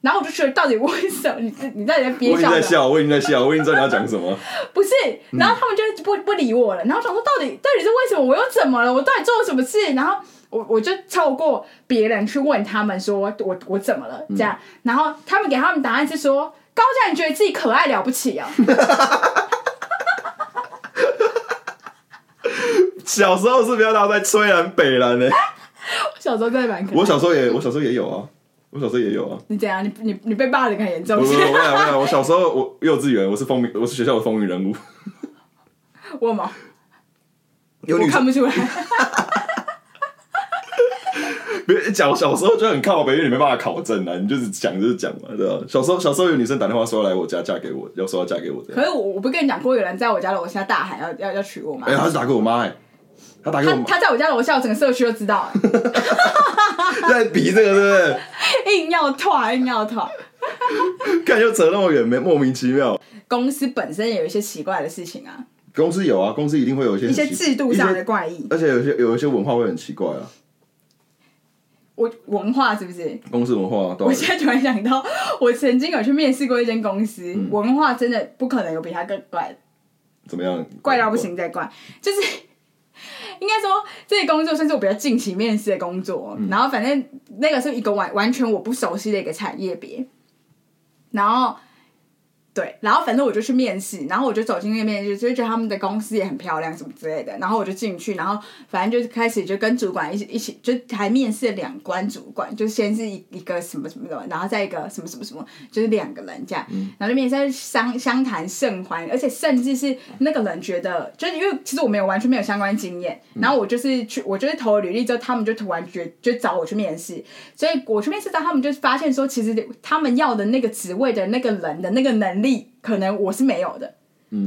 然后我就觉得，到底为什么你你到底在憋
我已经
笑
在
什么？
笑，我已经在笑，我已经知道你要讲什么。
不是，
嗯
然后他们就不不理我了。然后想说，到底到底是为什么？我又怎么了？我到底做了什么事？然后我我就透过别人去问他们说，我我怎么
嗯
了？这样，然后他们给他们答案是说，高嘉，你觉得自己可爱了不
*laughs*
起啊？
小时候是不要大家在吹南北南呢、
小时候真的蛮可爱。
我小时候也，我小时候也有啊，我小时候也有啊。
你怎样？你你你被霸凌很严
我
重
我
是
我
不是？
讲我讲，我小时候我幼稚园我是风云，我是学校的风云人物。
*laughs* 我吗？
有
我
女
看
生
不出来。
别讲，我小时候就很靠北，因为你没办法考证啊，你就是讲就是讲嘛，对吧、小时候小时候有女生打电话说要来我家嫁给我，要说要嫁给我这样。
可是我我不跟你讲过，有人在我家楼下大喊要要要娶我吗？
哎、她是打给我妈哎、她打给我
他
妈，
他在我家楼下，我整个社区都知道
*laughs*
了，
在比这个对不对？
硬要团，硬要团。
看就扯那么远，没莫名其妙。
公司本身也有一些奇怪的事情啊，
公司有啊，公司一定会有一些
一
很奇
些制度上的，怪
一
异
些，而且有一些有一些文化会很奇怪啊，
我文化是不是？
公司文化、啊、对
我
吧、
现在突然想到，我曾经有去面试过一间公司，文化真的不可能有比它更怪的
怎么样？
怪到不。行再怪，就是 *laughs* 应该说这个工作算是我比较近期面试的工作，然后反正那个是一个完完全我不熟悉的一个产业别，然后。对，然后反正我就去面试，然后我就走进那个面试，就觉得他们的公司也很漂亮什么之类的，然后我就进去，然后反正就开始就跟主管一起一起，就还面试了两关主管，就先是一一个什么什么什么，然后再一个什么什么什么，就是两个人这样，然后就面试相相谈甚欢，而且甚至是那个人觉得，就是因为其实我没有完全没有相关经验，然后我就是去我就是投了履历之后，他们就突然觉就找我去面试，所以我去面试到他们就发现说，其实他们要的那个职位的那个人的那个能力，可能我是没有的。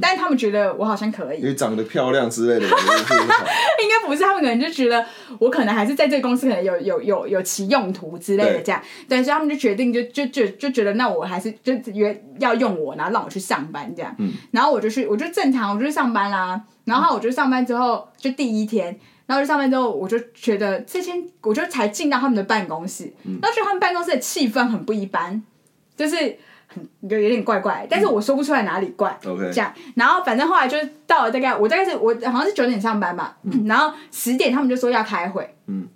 但他们觉得我好像可以，
因为长得漂亮之类的，就是
*laughs* 应该不是，他们可能就觉得我可能还是在这个公司可能有有有有其用途之类的
对
这样，对，所以他们就决定就就就就觉得那我还是就约要用我，然后让我去上班这样，然后我就去我就正常我就去上班啦，然后我就上班之后就第一天。然后就上班之后，我就觉得这天我就才进到他们的办公室，然后觉得他们办公室的气氛很不一般，就是很有有点怪怪，但是我说不出来哪里怪。
OK
这样，然后反正后来就是到了大概我大概是我好像是九点上班吧，然后十点他们就说要开会，
嗯，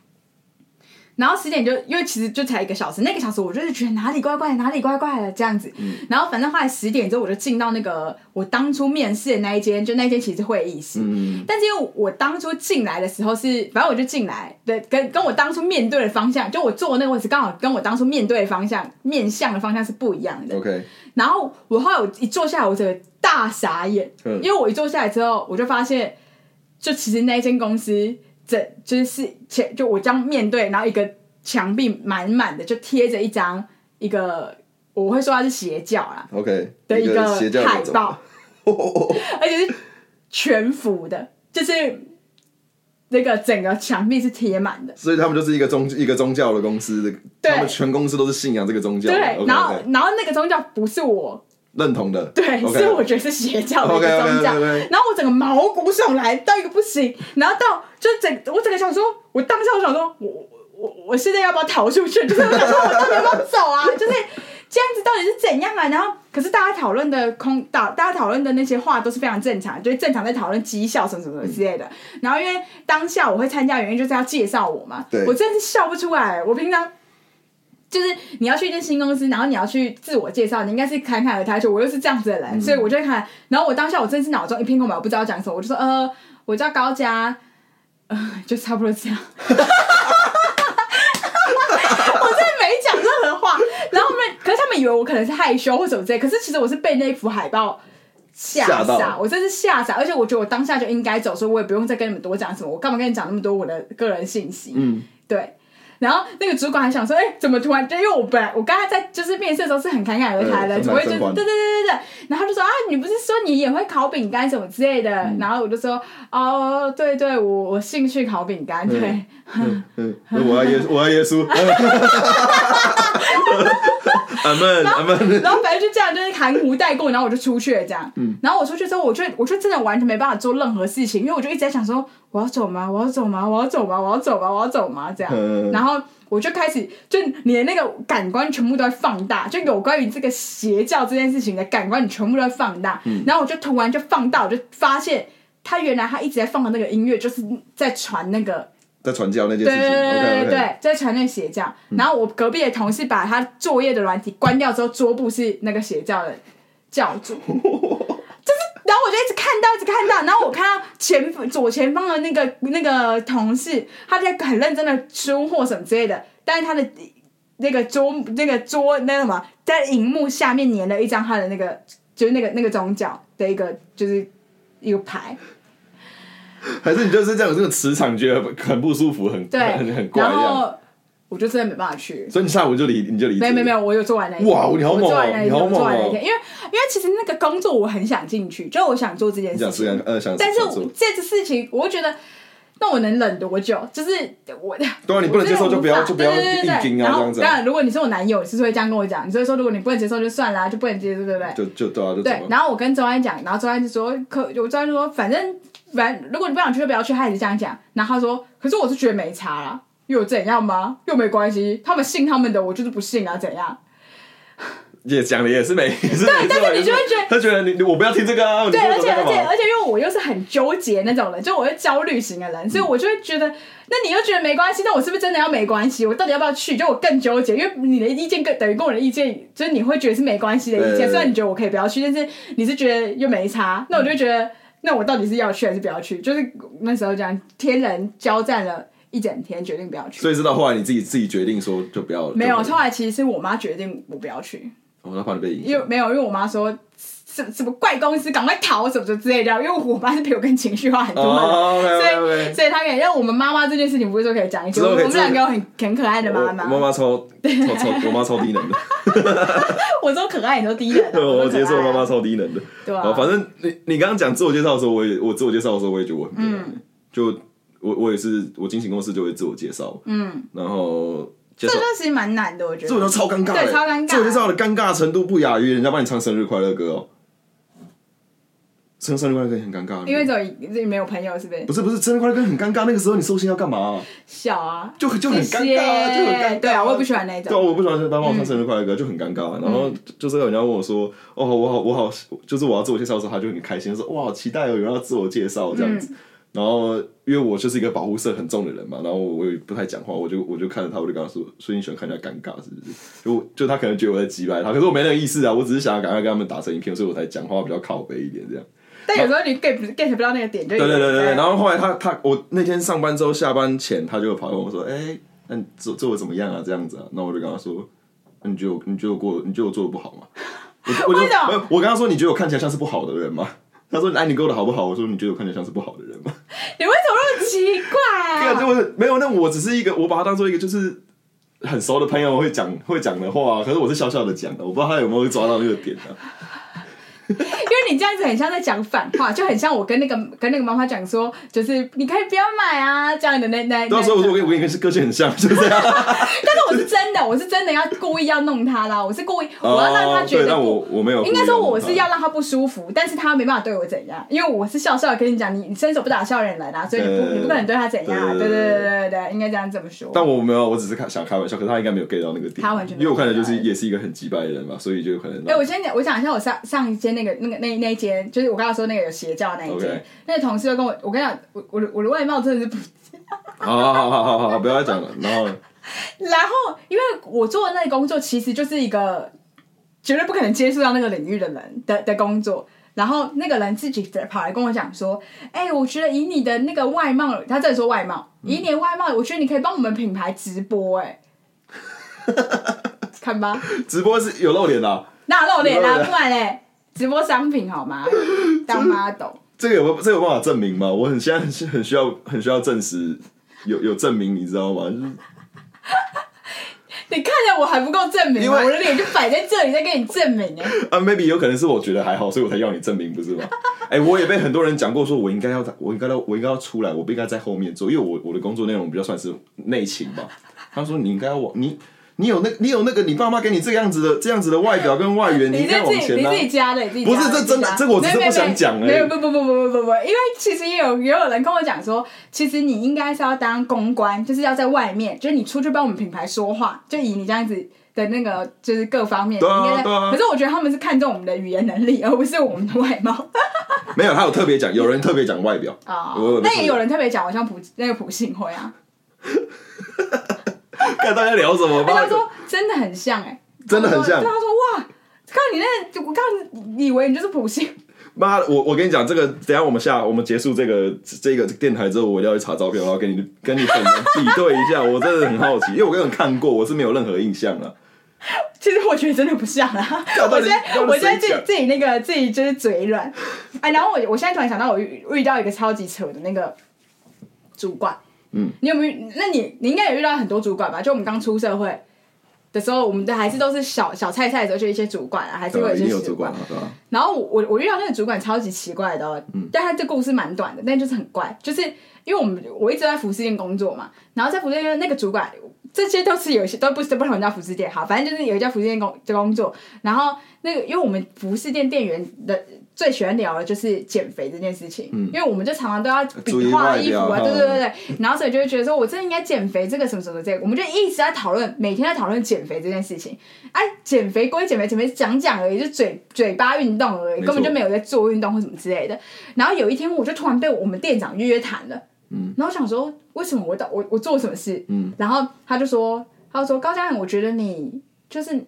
然后十点就因为其实就才一个小时，那个小时我就是觉得哪里怪怪的，哪里怪怪的这样子，
嗯
然后反正后来十点之后我就进到那个我当初面试的那一间，就那一间其实是会议室，
嗯，
但是因为我当初进来的时候是，反正我就进来的，跟跟我当初面对的方向，就我坐的那个位置刚好跟我当初面对的方向、面向的方向是不一样的。
OK，
然后我后来我一坐下来，我整个大傻眼，
嗯
因为我一坐下来之后，我就发现，就其实那一间公司整就是是前就我这样面对，然后一个墙壁满满的就贴着一张一个我会说它是邪教啦
OK
的一
个邪教
海
的
报，
*laughs*
而且是全幅的，就是那个整个墙壁是贴满的。
所以他们就是一个宗一个宗教的公司的，
对
他们全公司都是信仰这个宗教
对
的。o k
然后然后那个宗教不是我，
认同的，
对
o k
是我觉得是邪教的一
OK
个
OK
宗
OK
教。
OK，
然后我整个毛骨悚然到一个不行，然后到就整我整个想说，我当下我想说，我我我我现在要不要逃出去？就是我想说，我到底要不要走啊？就是这样子到底是怎样啊？然后可是大家讨论的空大大家讨论的那些话都是非常正常，就是正常在讨论绩效什么什么什么之类的。然后因为当下我会参加的原因就是要介绍我嘛
对，
我真的是笑不出来，我平常。就是你要去一间新公司，然后你要去自我介绍，你应该是侃侃而谈。就我又是这样子的人，所以我就会看。然后我当下我真是脑中一片空白，我不知道讲什么，我就说呃，我叫高佳，呃，就差不多这样。 *laughs* 我真的没讲任何话。然后他们，可是他们以为我可能是害羞或什么之类，可是其实我是被那幅海报。吓
吓到
傻，我真是吓傻，而且我觉得我当下就应该走，所以我也不用再跟你们多讲什么，我干嘛跟你讲那么多我的个人信息？
嗯，
对。然后那个主管还想说，哎、怎么突然？就因为我本来我刚才在就是面试的时候是很侃侃而谈的，
嗯
只会就
正
是
反正
对对对对对，然后就说啊，你不是说你也会烤饼干什么之类的？然后我就说哦，对对，我我兴趣烤饼干，对。
嗯嗯，我要耶，我要耶稣。呃
*laughs*
阿门，阿门。
然后反正就这样，就是含糊带过，然后我就出去了这样。然后我出去之后，我就我就真的完全没办法做任何事情，因为我就一直在想说，我要走吗？我要走吗？我要走吗？我要走吗？我要走吗？这样。
嗯
然后我就开始，就你的那个感官全部都在放大，就有关于这个邪教这件事情的感官，你全部都在放大。然后我就突然就放大，我就发现他原来他一直在放的那个音乐，就是在传那个
在传教那件
对
事情
对对对
，OK
对，在传那个邪教。然后我隔壁的同事把他作业的软体关掉之后，桌布是那个邪教的教主。然后我就一直看到，一直看到，然后我看到前左前方的那个那个同事，他在很认真的询或什么之类的，但是他的那个桌那个桌那个什么，在荧幕下面粘了一张他的那个就是那个那个宗教的一个就是一个牌，
OK。还是你就是这样，这个磁场觉得很不舒服，很
对，
很很怪
然
这样。
后我就真的没办法去，
所以你下午就离，你就离职。
没有没有没有，我有做完那一天。
哇你好猛哦
我做完那一
你
天，
好
我做完
猛哦
那一天，因为因为其实那个工作我很想进去，就我想做这件
你
事
想
情
试，看，呃，想
但是
想
我
做
这件事情，我会觉得。那我能忍多久？就是我，
*laughs* 对啊你不能接受
我真的
就不要
无法
就不要
对对对对
硬硬啊
然后
这样子啊
当然，如果你是我男友，你是会这样跟我讲，你就会说如果你不能接受就算啦，就不能接受，对不对？
就就对啊，就怎
对
么。
然后我跟周安讲，然后周安就说可，我周安就说反正反正如果你不想去就不要去，他也是这样讲。然后他说，可是我是觉得没差啦，又怎样吗？又没关系，他们信他们的，我就是不信啊，怎样？
也讲的也是没，也是对
但是你就会觉得
他觉得你我不要听这个啊，你
对，
这个
而且
在干
而且嗯
嘛
而且，因为我又是很纠结那种人，就我是焦虑型的人，所以我就会觉得，那你又觉得没关系，那我是不是真的要没关系？我到底要不要去？就我更纠结，因为你的意见跟等于跟我的意见，就是你会觉得是没关系的意
对对
见。
对
虽然你觉得我可以不要去，但是你是觉得又没差，那我就觉得，那我到底是要去还是不要去？就是那时候这样，天人交战了一整天，决定不要去。
所以直到后来你自己自己决定说就不要了。
没有，
就
后来其实是我妈决定我不要去，
我他怕你被影
因
响。
为没有，因为我妈说。什什么怪公司，赶快逃什么什么之类的，因为我妈是比我更情绪化很多的人，
哦
所
，OK
以
OK。
所以他可以，因为我们妈妈这件事情不是说可以讲一些，
之后
我
可以
们两个有很很可爱的
我
妈
我
妈。
妈妈超超超，我妈超低
*laughs*
能的，
我说可爱，你说低人啊，
对，我
说可爱
接
啊
受我妈妈，超低能的。
对
啊，
吧？
反正你你刚刚讲自我介绍的时候，我也我自我介绍的时候，我也觉得我很没有
嗯
就我我也是我进行公司就会自我介绍，嗯，然后介
这
绍
就其实蛮难的，我觉
自我
得。
介绍超尴尬的，
对超尴尬
自我介绍的尴尬程度不亚于人家帮你唱生日快乐歌哦，唱生日快乐歌也很尴尬，
因为只有一自己没有朋友，是不是？
不是不是生日快乐歌很尴尬，那个时候你寿星要干嘛啊、
小啊，
就就很尴
谢谢
尬啊，就很尴尬啊，
对啊，我也不喜欢那
对啊，
种。
我不喜欢他帮我
嗯
唱生日快乐歌，就很尴尬。啊然后就就是有人家问我说：“哦，我好，我好，就是我要自我介绍的时候，他就很开心，说哇，好期待哦有人要自我介绍这
嗯
样子。然后因为我就是一个保护色很重的人嘛，然后我也不太讲话，我就我就看着他，我就跟他说：“所以你喜欢看人家尴尬是不是？”就就他可能觉得我在击败他，可是我没那个意思啊，我只是想要赶快跟他们打成一片，所以我才讲话比较靠北一点这样。
但有时候你 get 不 get 不到那个点，就
对对对对对。然
后
后后来他他我那天上班之后下班前，他就跑来问我说：“哎、那你做做的怎么样啊？这样子啊？”那我就跟他说：“那你觉得我你觉得我过你觉得我做的不好吗？”我我就
为什么
没有我跟他说：“你觉得我看起来像是不好的人吗？”他说：“哎，你过得好不好？”我说：“你觉得我看起来像是不好的人吗
你为什么那么
*laughs*
奇？”
对啊，
怪
就
啊？
我没有，那我只是一个，我把他当做一个就是很熟的朋友会讲会讲的话，可是我是笑笑的讲的，我不知道他有没有抓到那个点啊。
因为你这样子很像在讲反话，就很像我跟那个跟那个妈妈讲说，就是你可以不要买啊这样的那那。
到时候
那
我说我跟我跟你个性很像，就是这样。
但是我是真的，我是真的要故意要弄他啦，我是故意我要让他觉
哦对
得
但
不
我我没有，
应该说我是要。让他不舒服，但是他没办法对我怎样，因为我是笑笑地跟你讲，你你伸手不打笑脸人啊，所以你不
对
你不可能对他怎样啊，对
对对
对
对
对对对对，应该这样这么说。
但我没有，我只是开想开玩笑，可是他应该没有 get 到那个点。
他完全没
因为
有
我看起来就
get
是
到
也是一个很击败的人嘛，所以就可能
哎、我先讲，我讲一下我上上一间那个那个那那一间，就是我刚刚说那个有邪教那一间
OK
那个同事就跟我，我跟你讲，我我的我的外貌真的是不
好好好好好好，不要再讲了。然后
然后，因为我做的那个工作其实就是一个绝对不可能接触到那个领域的人的的工作。然后那个人自己跑来跟我讲说：“哎、我觉得以你的那个外貌，他这里说外貌，
嗯
以你的外貌，我觉得你可以帮我们品牌直
*laughs*
播、哎，看吧，
直播是有露脸的啊，
那露脸
露
啊，
脸
不然嘞，直播商品好吗？当 model。”
这个有没有这个有办法证明吗？我很现在很很需要很需要证实有有证明，你知道吗？就是
我还不够证明
因
吗？
为
我的脸就摆在这里，在跟你证明哎、
*laughs* 啊，maybe 有可能是我觉得还好，所以我才要你证明，不是吗？ *laughs* 哎、我也被很多人讲过，说我应该要在，我应该要，我应该要出来，我不应该在后面做，因为我我的工作内容比较算是内勤
*laughs*
吧。他说你应该要往你你有那你有那个你爸妈给你这样子的这样子的外表跟外缘，应
你
该
在自
往
己
前
你
拉
自。己加的，你自己
不是
加的
这
你自己
真的
加
这个我只是
没有
不想讲而已
没有没有没有不不不不不不不，因为其实也有也有人跟我讲说，其实你应该是要当公关，就是要在外面，就是你出去帮我们品牌说话，就以你这样子。的那个就是各方面，
对啊
你应该在
对啊
可是我觉得他们是看重我们的语言能力，而不是我们的外貌
没有，他有特别讲，有人特别讲外表，
啊
我。
那也有人特别讲，我像朴那个朴信惠啊，
看大家聊什么
哎
吧
他。说真的很像哎、
真的很像
他说对，他说哇，看你那，我看你以为你就是朴信
妈，我我跟你讲，这个等一下我们下我们结束这个这个电台之后，我一定要去查照片，然后跟你跟你本人比对一下，我真的很好奇，因为我根本看过，我是没有任何印象啊了。
其实我觉得真的不像啊，
到
我
底
现在
到底
我现在
谁
自己
讲
自己那个自己就是嘴软，哎，然后我我现在突然想到，我遇遇到一个超级扯的那个主管，
嗯，
你有没有遇？那你你应该也遇到很多主管吧？就我们刚出社会的时候，我们的还是都是小小菜菜的时候，就一些主管啊，还是会
对啊，
有
一
一
定
些
有
主
主管
管
啊。，对吧、
然后我我遇到那个主管超级奇怪的、哦，
嗯
但他这故事蛮短的，但就是很怪，就是因为我们我一直在服饰店工作嘛，然后在服饰店那个主管，这些都是有一些都不是不同家服饰店，好，反正就是有一家服饰店工在工作，然后那个因为我们服饰店店员的最喜欢聊的就是减肥这件事情，因为我们就常常都要
嗯注意
比划
外
衣服啊，
表
对对对对，然后所以就会觉得说我真的应该减肥这个什么什么这个，我们就一直在讨论，每天在讨论减肥这件事情。哎、减肥归减肥，减肥讲讲而已，就嘴嘴巴运动而已，
没错
根本就没有在做运动或什么之类的。然后有一天，我就突然被我们店长约谈了，嗯，然后想说为什么我到我我做了什么事，
嗯，
然后他就说，他就说高嘉颖，我觉得你就是。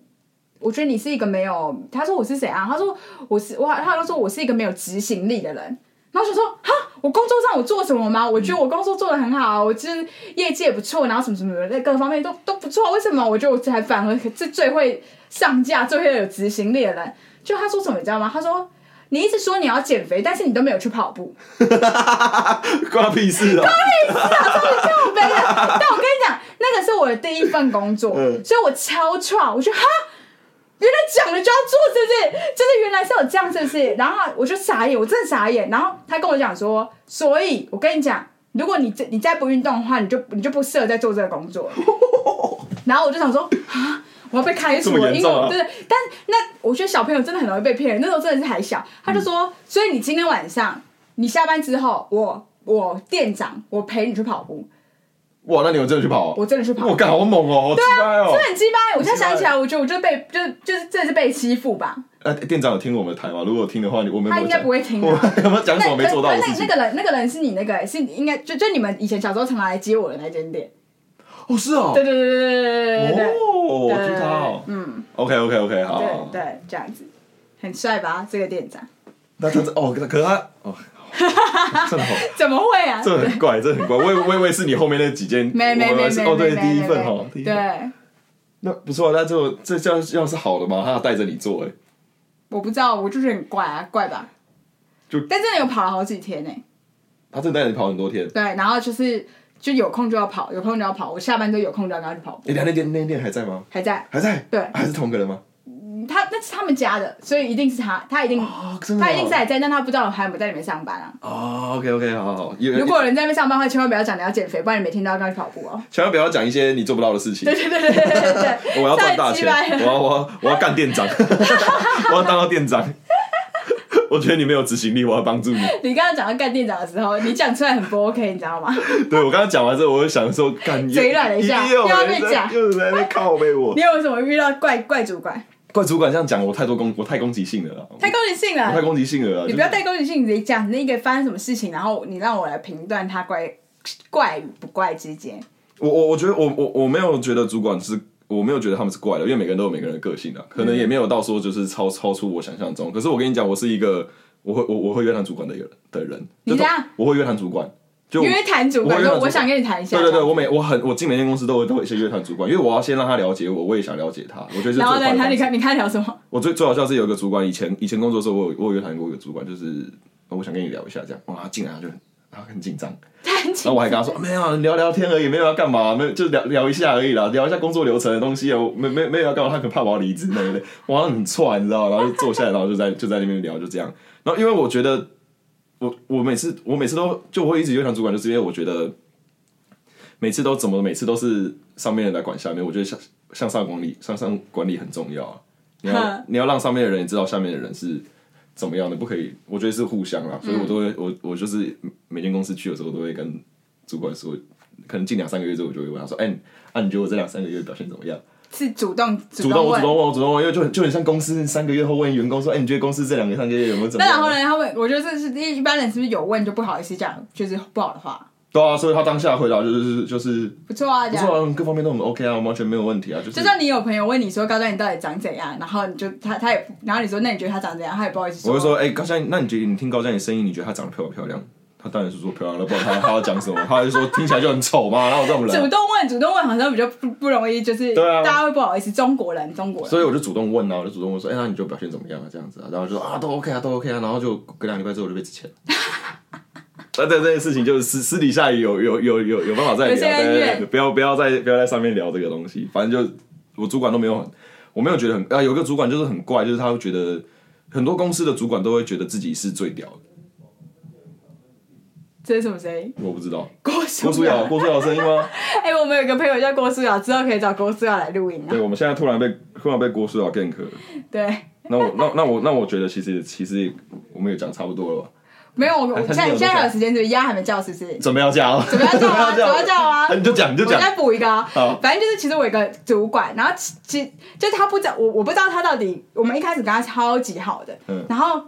我觉得你是一个没有，他说我是谁啊？他说我是我，他就说我是一个没有执行力的人。然后就说哈，我工作上我做什么吗？我觉得我工作做的很好，我就是业绩也不错，然后什么什么的，各方面都都不错。为什么我觉得我才反而是最会上架、最会有执行力的人？就他说什么你知道吗？他说你一直说你要减肥，但是你都没有去跑步。 *laughs*
*laughs* 关他屁事啊！
靠背啊但我跟你讲，那个是我的第一份工作，
嗯
所以我超创，我就哈。原来讲了就要做，是不是？就是原来是有这样，是不是？然后我就傻眼，我真的傻眼。然后他跟我讲说，所以我跟你讲，如果你这你再不运动的话，你就你就不适合再做这个工
*laughs*
作了。然后我就想说啊，我要被开除
这么
了，
严
因为
重啊
我对对，但那我觉得小朋友真的很容易被骗，那时候真的是还小。他就
嗯
说，所以你今天晚上你下班之后，我我店长我陪你去跑步，
哇，那你有真的去跑、
我真的去跑啊
我干，好猛哦、好鸡掰哦！
很鸡掰。我现在想起
很
来，我觉得我就被就就是真的是被欺负吧。
那、哎店长有听我们的台吗？如果有听的话，你我们有
他
没有
应该
讲
不会听
我
啊。
有没有讲什么没做到
那
的事
那
情
那？个人，那个人是你那个、是你应该就就你们以前小时候常常来接我的那间店。
哦，是哦，
对对对对对对对对。
哦，我哦听他哦。
嗯，
OK OK OK，好好。
对
好
对，这样子很帅吧？这个店长 *laughs*
那他这哦，可可是他哦，好真的好。
怎么会啊？
这很怪，这很怪。我以为我以为是你后面那几件，
没没
我以
没
为是
没
哦，对，
没没
第一份
没
哈，第一份
对，
那不错啊。那就这这样要是好的嘛，他带着你做，哎，
我不知道，我就是很怪啊，怪吧？
就
但真的有跑了好几天呢、
他真的带着你跑很多天。
对，然后就是就有空就要跑，有空就要跑，我下班都有空就要跟他去跑步，
哎，那那店那店还在吗？
还在。
还在？
对嗯
还是同一个人吗？
他那是他们家的，所以一定是他，他一定、
哦真的哦
他一定是还在，但他不知道我还有没有在里面上班啊。
哦，OK OK，好好好。有
如果有人在那边上班的话，千万不要讲你要减肥，不然你每天都要跟他去跑步哦。
千万不要讲一些你做不到的事情
对。对对对对对对
我要赚大钱，
太
我
鸡掰了
要我要我要干店
*laughs*
长，我要当到店长。我觉得你没有执行力，我要帮助你。
你刚刚讲到干店长的时候，你讲出来很不 OK，你知道吗？
对我刚刚讲完之后，我就想说，干
嘴软了一下
定有
又要被
人在
讲
又有人在那边靠背我
你。有什么遇到怪怪主管？
怪主管这样讲，我太多攻，我太攻击性了啦，
太攻击性
我太
了，
攻击性了啦。
你
就
不
是
要带攻击性，你直接讲那个发生什么事情，然后你让我来评断他怪怪与不怪之间。
我我我觉得我我我没有觉得主管是，我没有觉得他们是怪的，因为每个人都有每个人的个性啊，可
嗯
能也没有到说就是超超出我想象中。可是我跟你讲，我是一个我会我我会约谈主管的一个人的人，
你这样
就同我会约谈主管，就我
因为谈主管
我会
说，
让主管
我想跟你谈一下，
对对对，我每我很我进每间公司都会都会先约谈主管，因为我要先让他了解我，我也想了解他。我觉得是最
然后
快
呢，
的
他
方
你
式。
看你看聊什么？
我最最好笑是有一个主管，以前以前工作的时候，我有我有约谈过一个主管，就是哦我想跟你聊一下这样，哇，他进来他就很然后很紧张，
很
然
紧
后我还跟他说没有聊聊天而已，没有要干嘛，没有就聊聊一下而已啦，聊一下工作流程的东西啊，我没没没有要干嘛，他可能怕我要离职那一类，我好像很串，你知道吗？然后就坐下来，然后就在就在那边聊，就这样。然后因为我觉得我我每次我每次都就我会一直怨上主管，就是因为我觉得每次都怎么每次都是上面人来管下面，我觉得向向上管理向上管理很重要啊，你要
哼
你要让上面的人也知道下面的人是。怎么样的不可以？我觉得是互相啦，所以我都会、我我就是每间公司去的时候，我都会跟主管说，可能近两三个月之后，我就会问他说：“哎、啊，你觉得我这两三个月表现怎么样？”
是主动主
主动问，
问
主。动问，我主动问，因为就很就很像公司三个月后问员工说：“哎、你觉得公司这两个三个月有没有怎么
那
样？”
然后呢？他们，我觉得这是一一般人是不是有问就不好意思讲，就是不好的话。
对啊，所以他当下回答就是就是
不错啊，
不
这
错
样。
啊，各方面都很 OK 啊，完全没有问题啊，就是
就算你有朋友问你说高端你到底长怎样，然后你就他他也，然后你说那你觉得他长怎样，他也不好意思
我会说：“哎、高佳，那你觉得你听高佳的声音，你觉得她长得漂不漂亮？”他当然是说漂亮了，不然他他要讲什么？他就说听起来就很丑嘛，哪有这种人啊？
主动问，主动问好像比较不不容易，就是
对啊
大家会不好意思。中国人，中国人，
所以我就主动问啊，我就主动问说，哎、那你就表现怎么样啊？这样子啊，然后就说啊，都 OK 啊，都 OK 啊，然后就隔两个礼拜之后我就被辞遣了。那这这件事情就是私私底下有有有有有办法再聊，
有些恩
对对
怨
对不要不要在不要在上面聊这个东西，反正就我主管都没有很，我没有觉得很啊，有一个主管就是很怪，就是他会觉得很多公司的主管都会觉得自己是最屌的，
这是什么声音？
我不知道
郭
郭
书
书瑶
*laughs* 瑶。
郭书瑶的声音吗？
哎、我们有个朋友叫郭书瑶，之后可以找郭书瑶来录音啊
对，。我们现在突然被突然被郭书瑶 gank 了，
对，
那我那那我那我觉得其实其实我们也讲差不多了吧。
没有，我我
还
现在
还是有
现在还有时间，就是鸭还没叫，是不是？
准备要叫，准 *laughs*
准备要叫啊，准备要叫啊。
你就讲，你就
我
讲。
再补一个啊、
好
反正就是，其实我有一个主管，然后其其就他不知道我，我不知道他到底，我们一开始跟他超级好的，
嗯
然后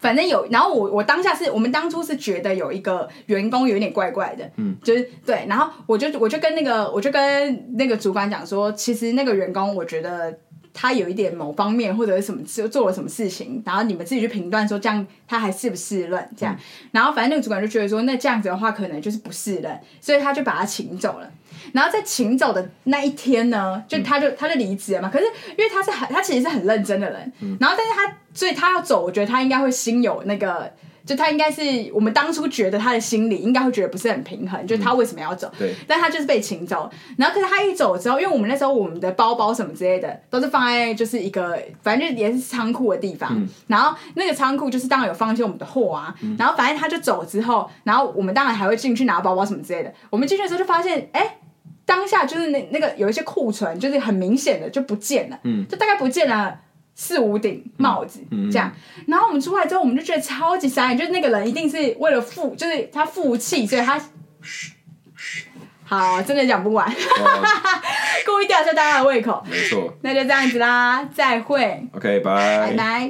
反正有，然后我我当下是我们当初是觉得有一个员工有一点怪怪的，
嗯，
就是对，然后我就我就跟那个我就跟那个主管讲说，其实那个员工我觉得。他有一点某方面或者是什么事做了什么事情，然后你们自己去评断说这样他还是不是任这样，然后反正那个主管就觉得说那这样子的话可能就是不是任，所以他就把他请走了。然后在请走的那一天呢，就他就、他就离职了嘛。可是因为他是很他其实是很认真的人，然后但是他所以他要走，我觉得他应该会心有那个。就他应该是我们当初觉得他的心里应该会觉得不是很平衡，就是他为什么要走？
对，
但他就是被请走。然后可是他一走之后，因为我们那时候我们的包包什么之类的都是放在就是一个反正就也是仓库的地方，
嗯
然后那个仓库就是当然有放一些我们的货啊，然后反正他就走之后，然后我们当然还会进去拿包包什么之类的。我们进去的时候就发现，哎、当下就是那那个有一些库存，就是很明显的就不见了，
嗯
就大概不见了四五顶帽子、
嗯嗯
这样。然后我们出来之后，我们就觉得超级傻眼，就是那个人一定是为了负，就是他负气，所以他。好，真的讲不完， *laughs*
哇
故意吊一下大家的胃口。
没错。
那就这样子啦，再会，
OK，
拜拜。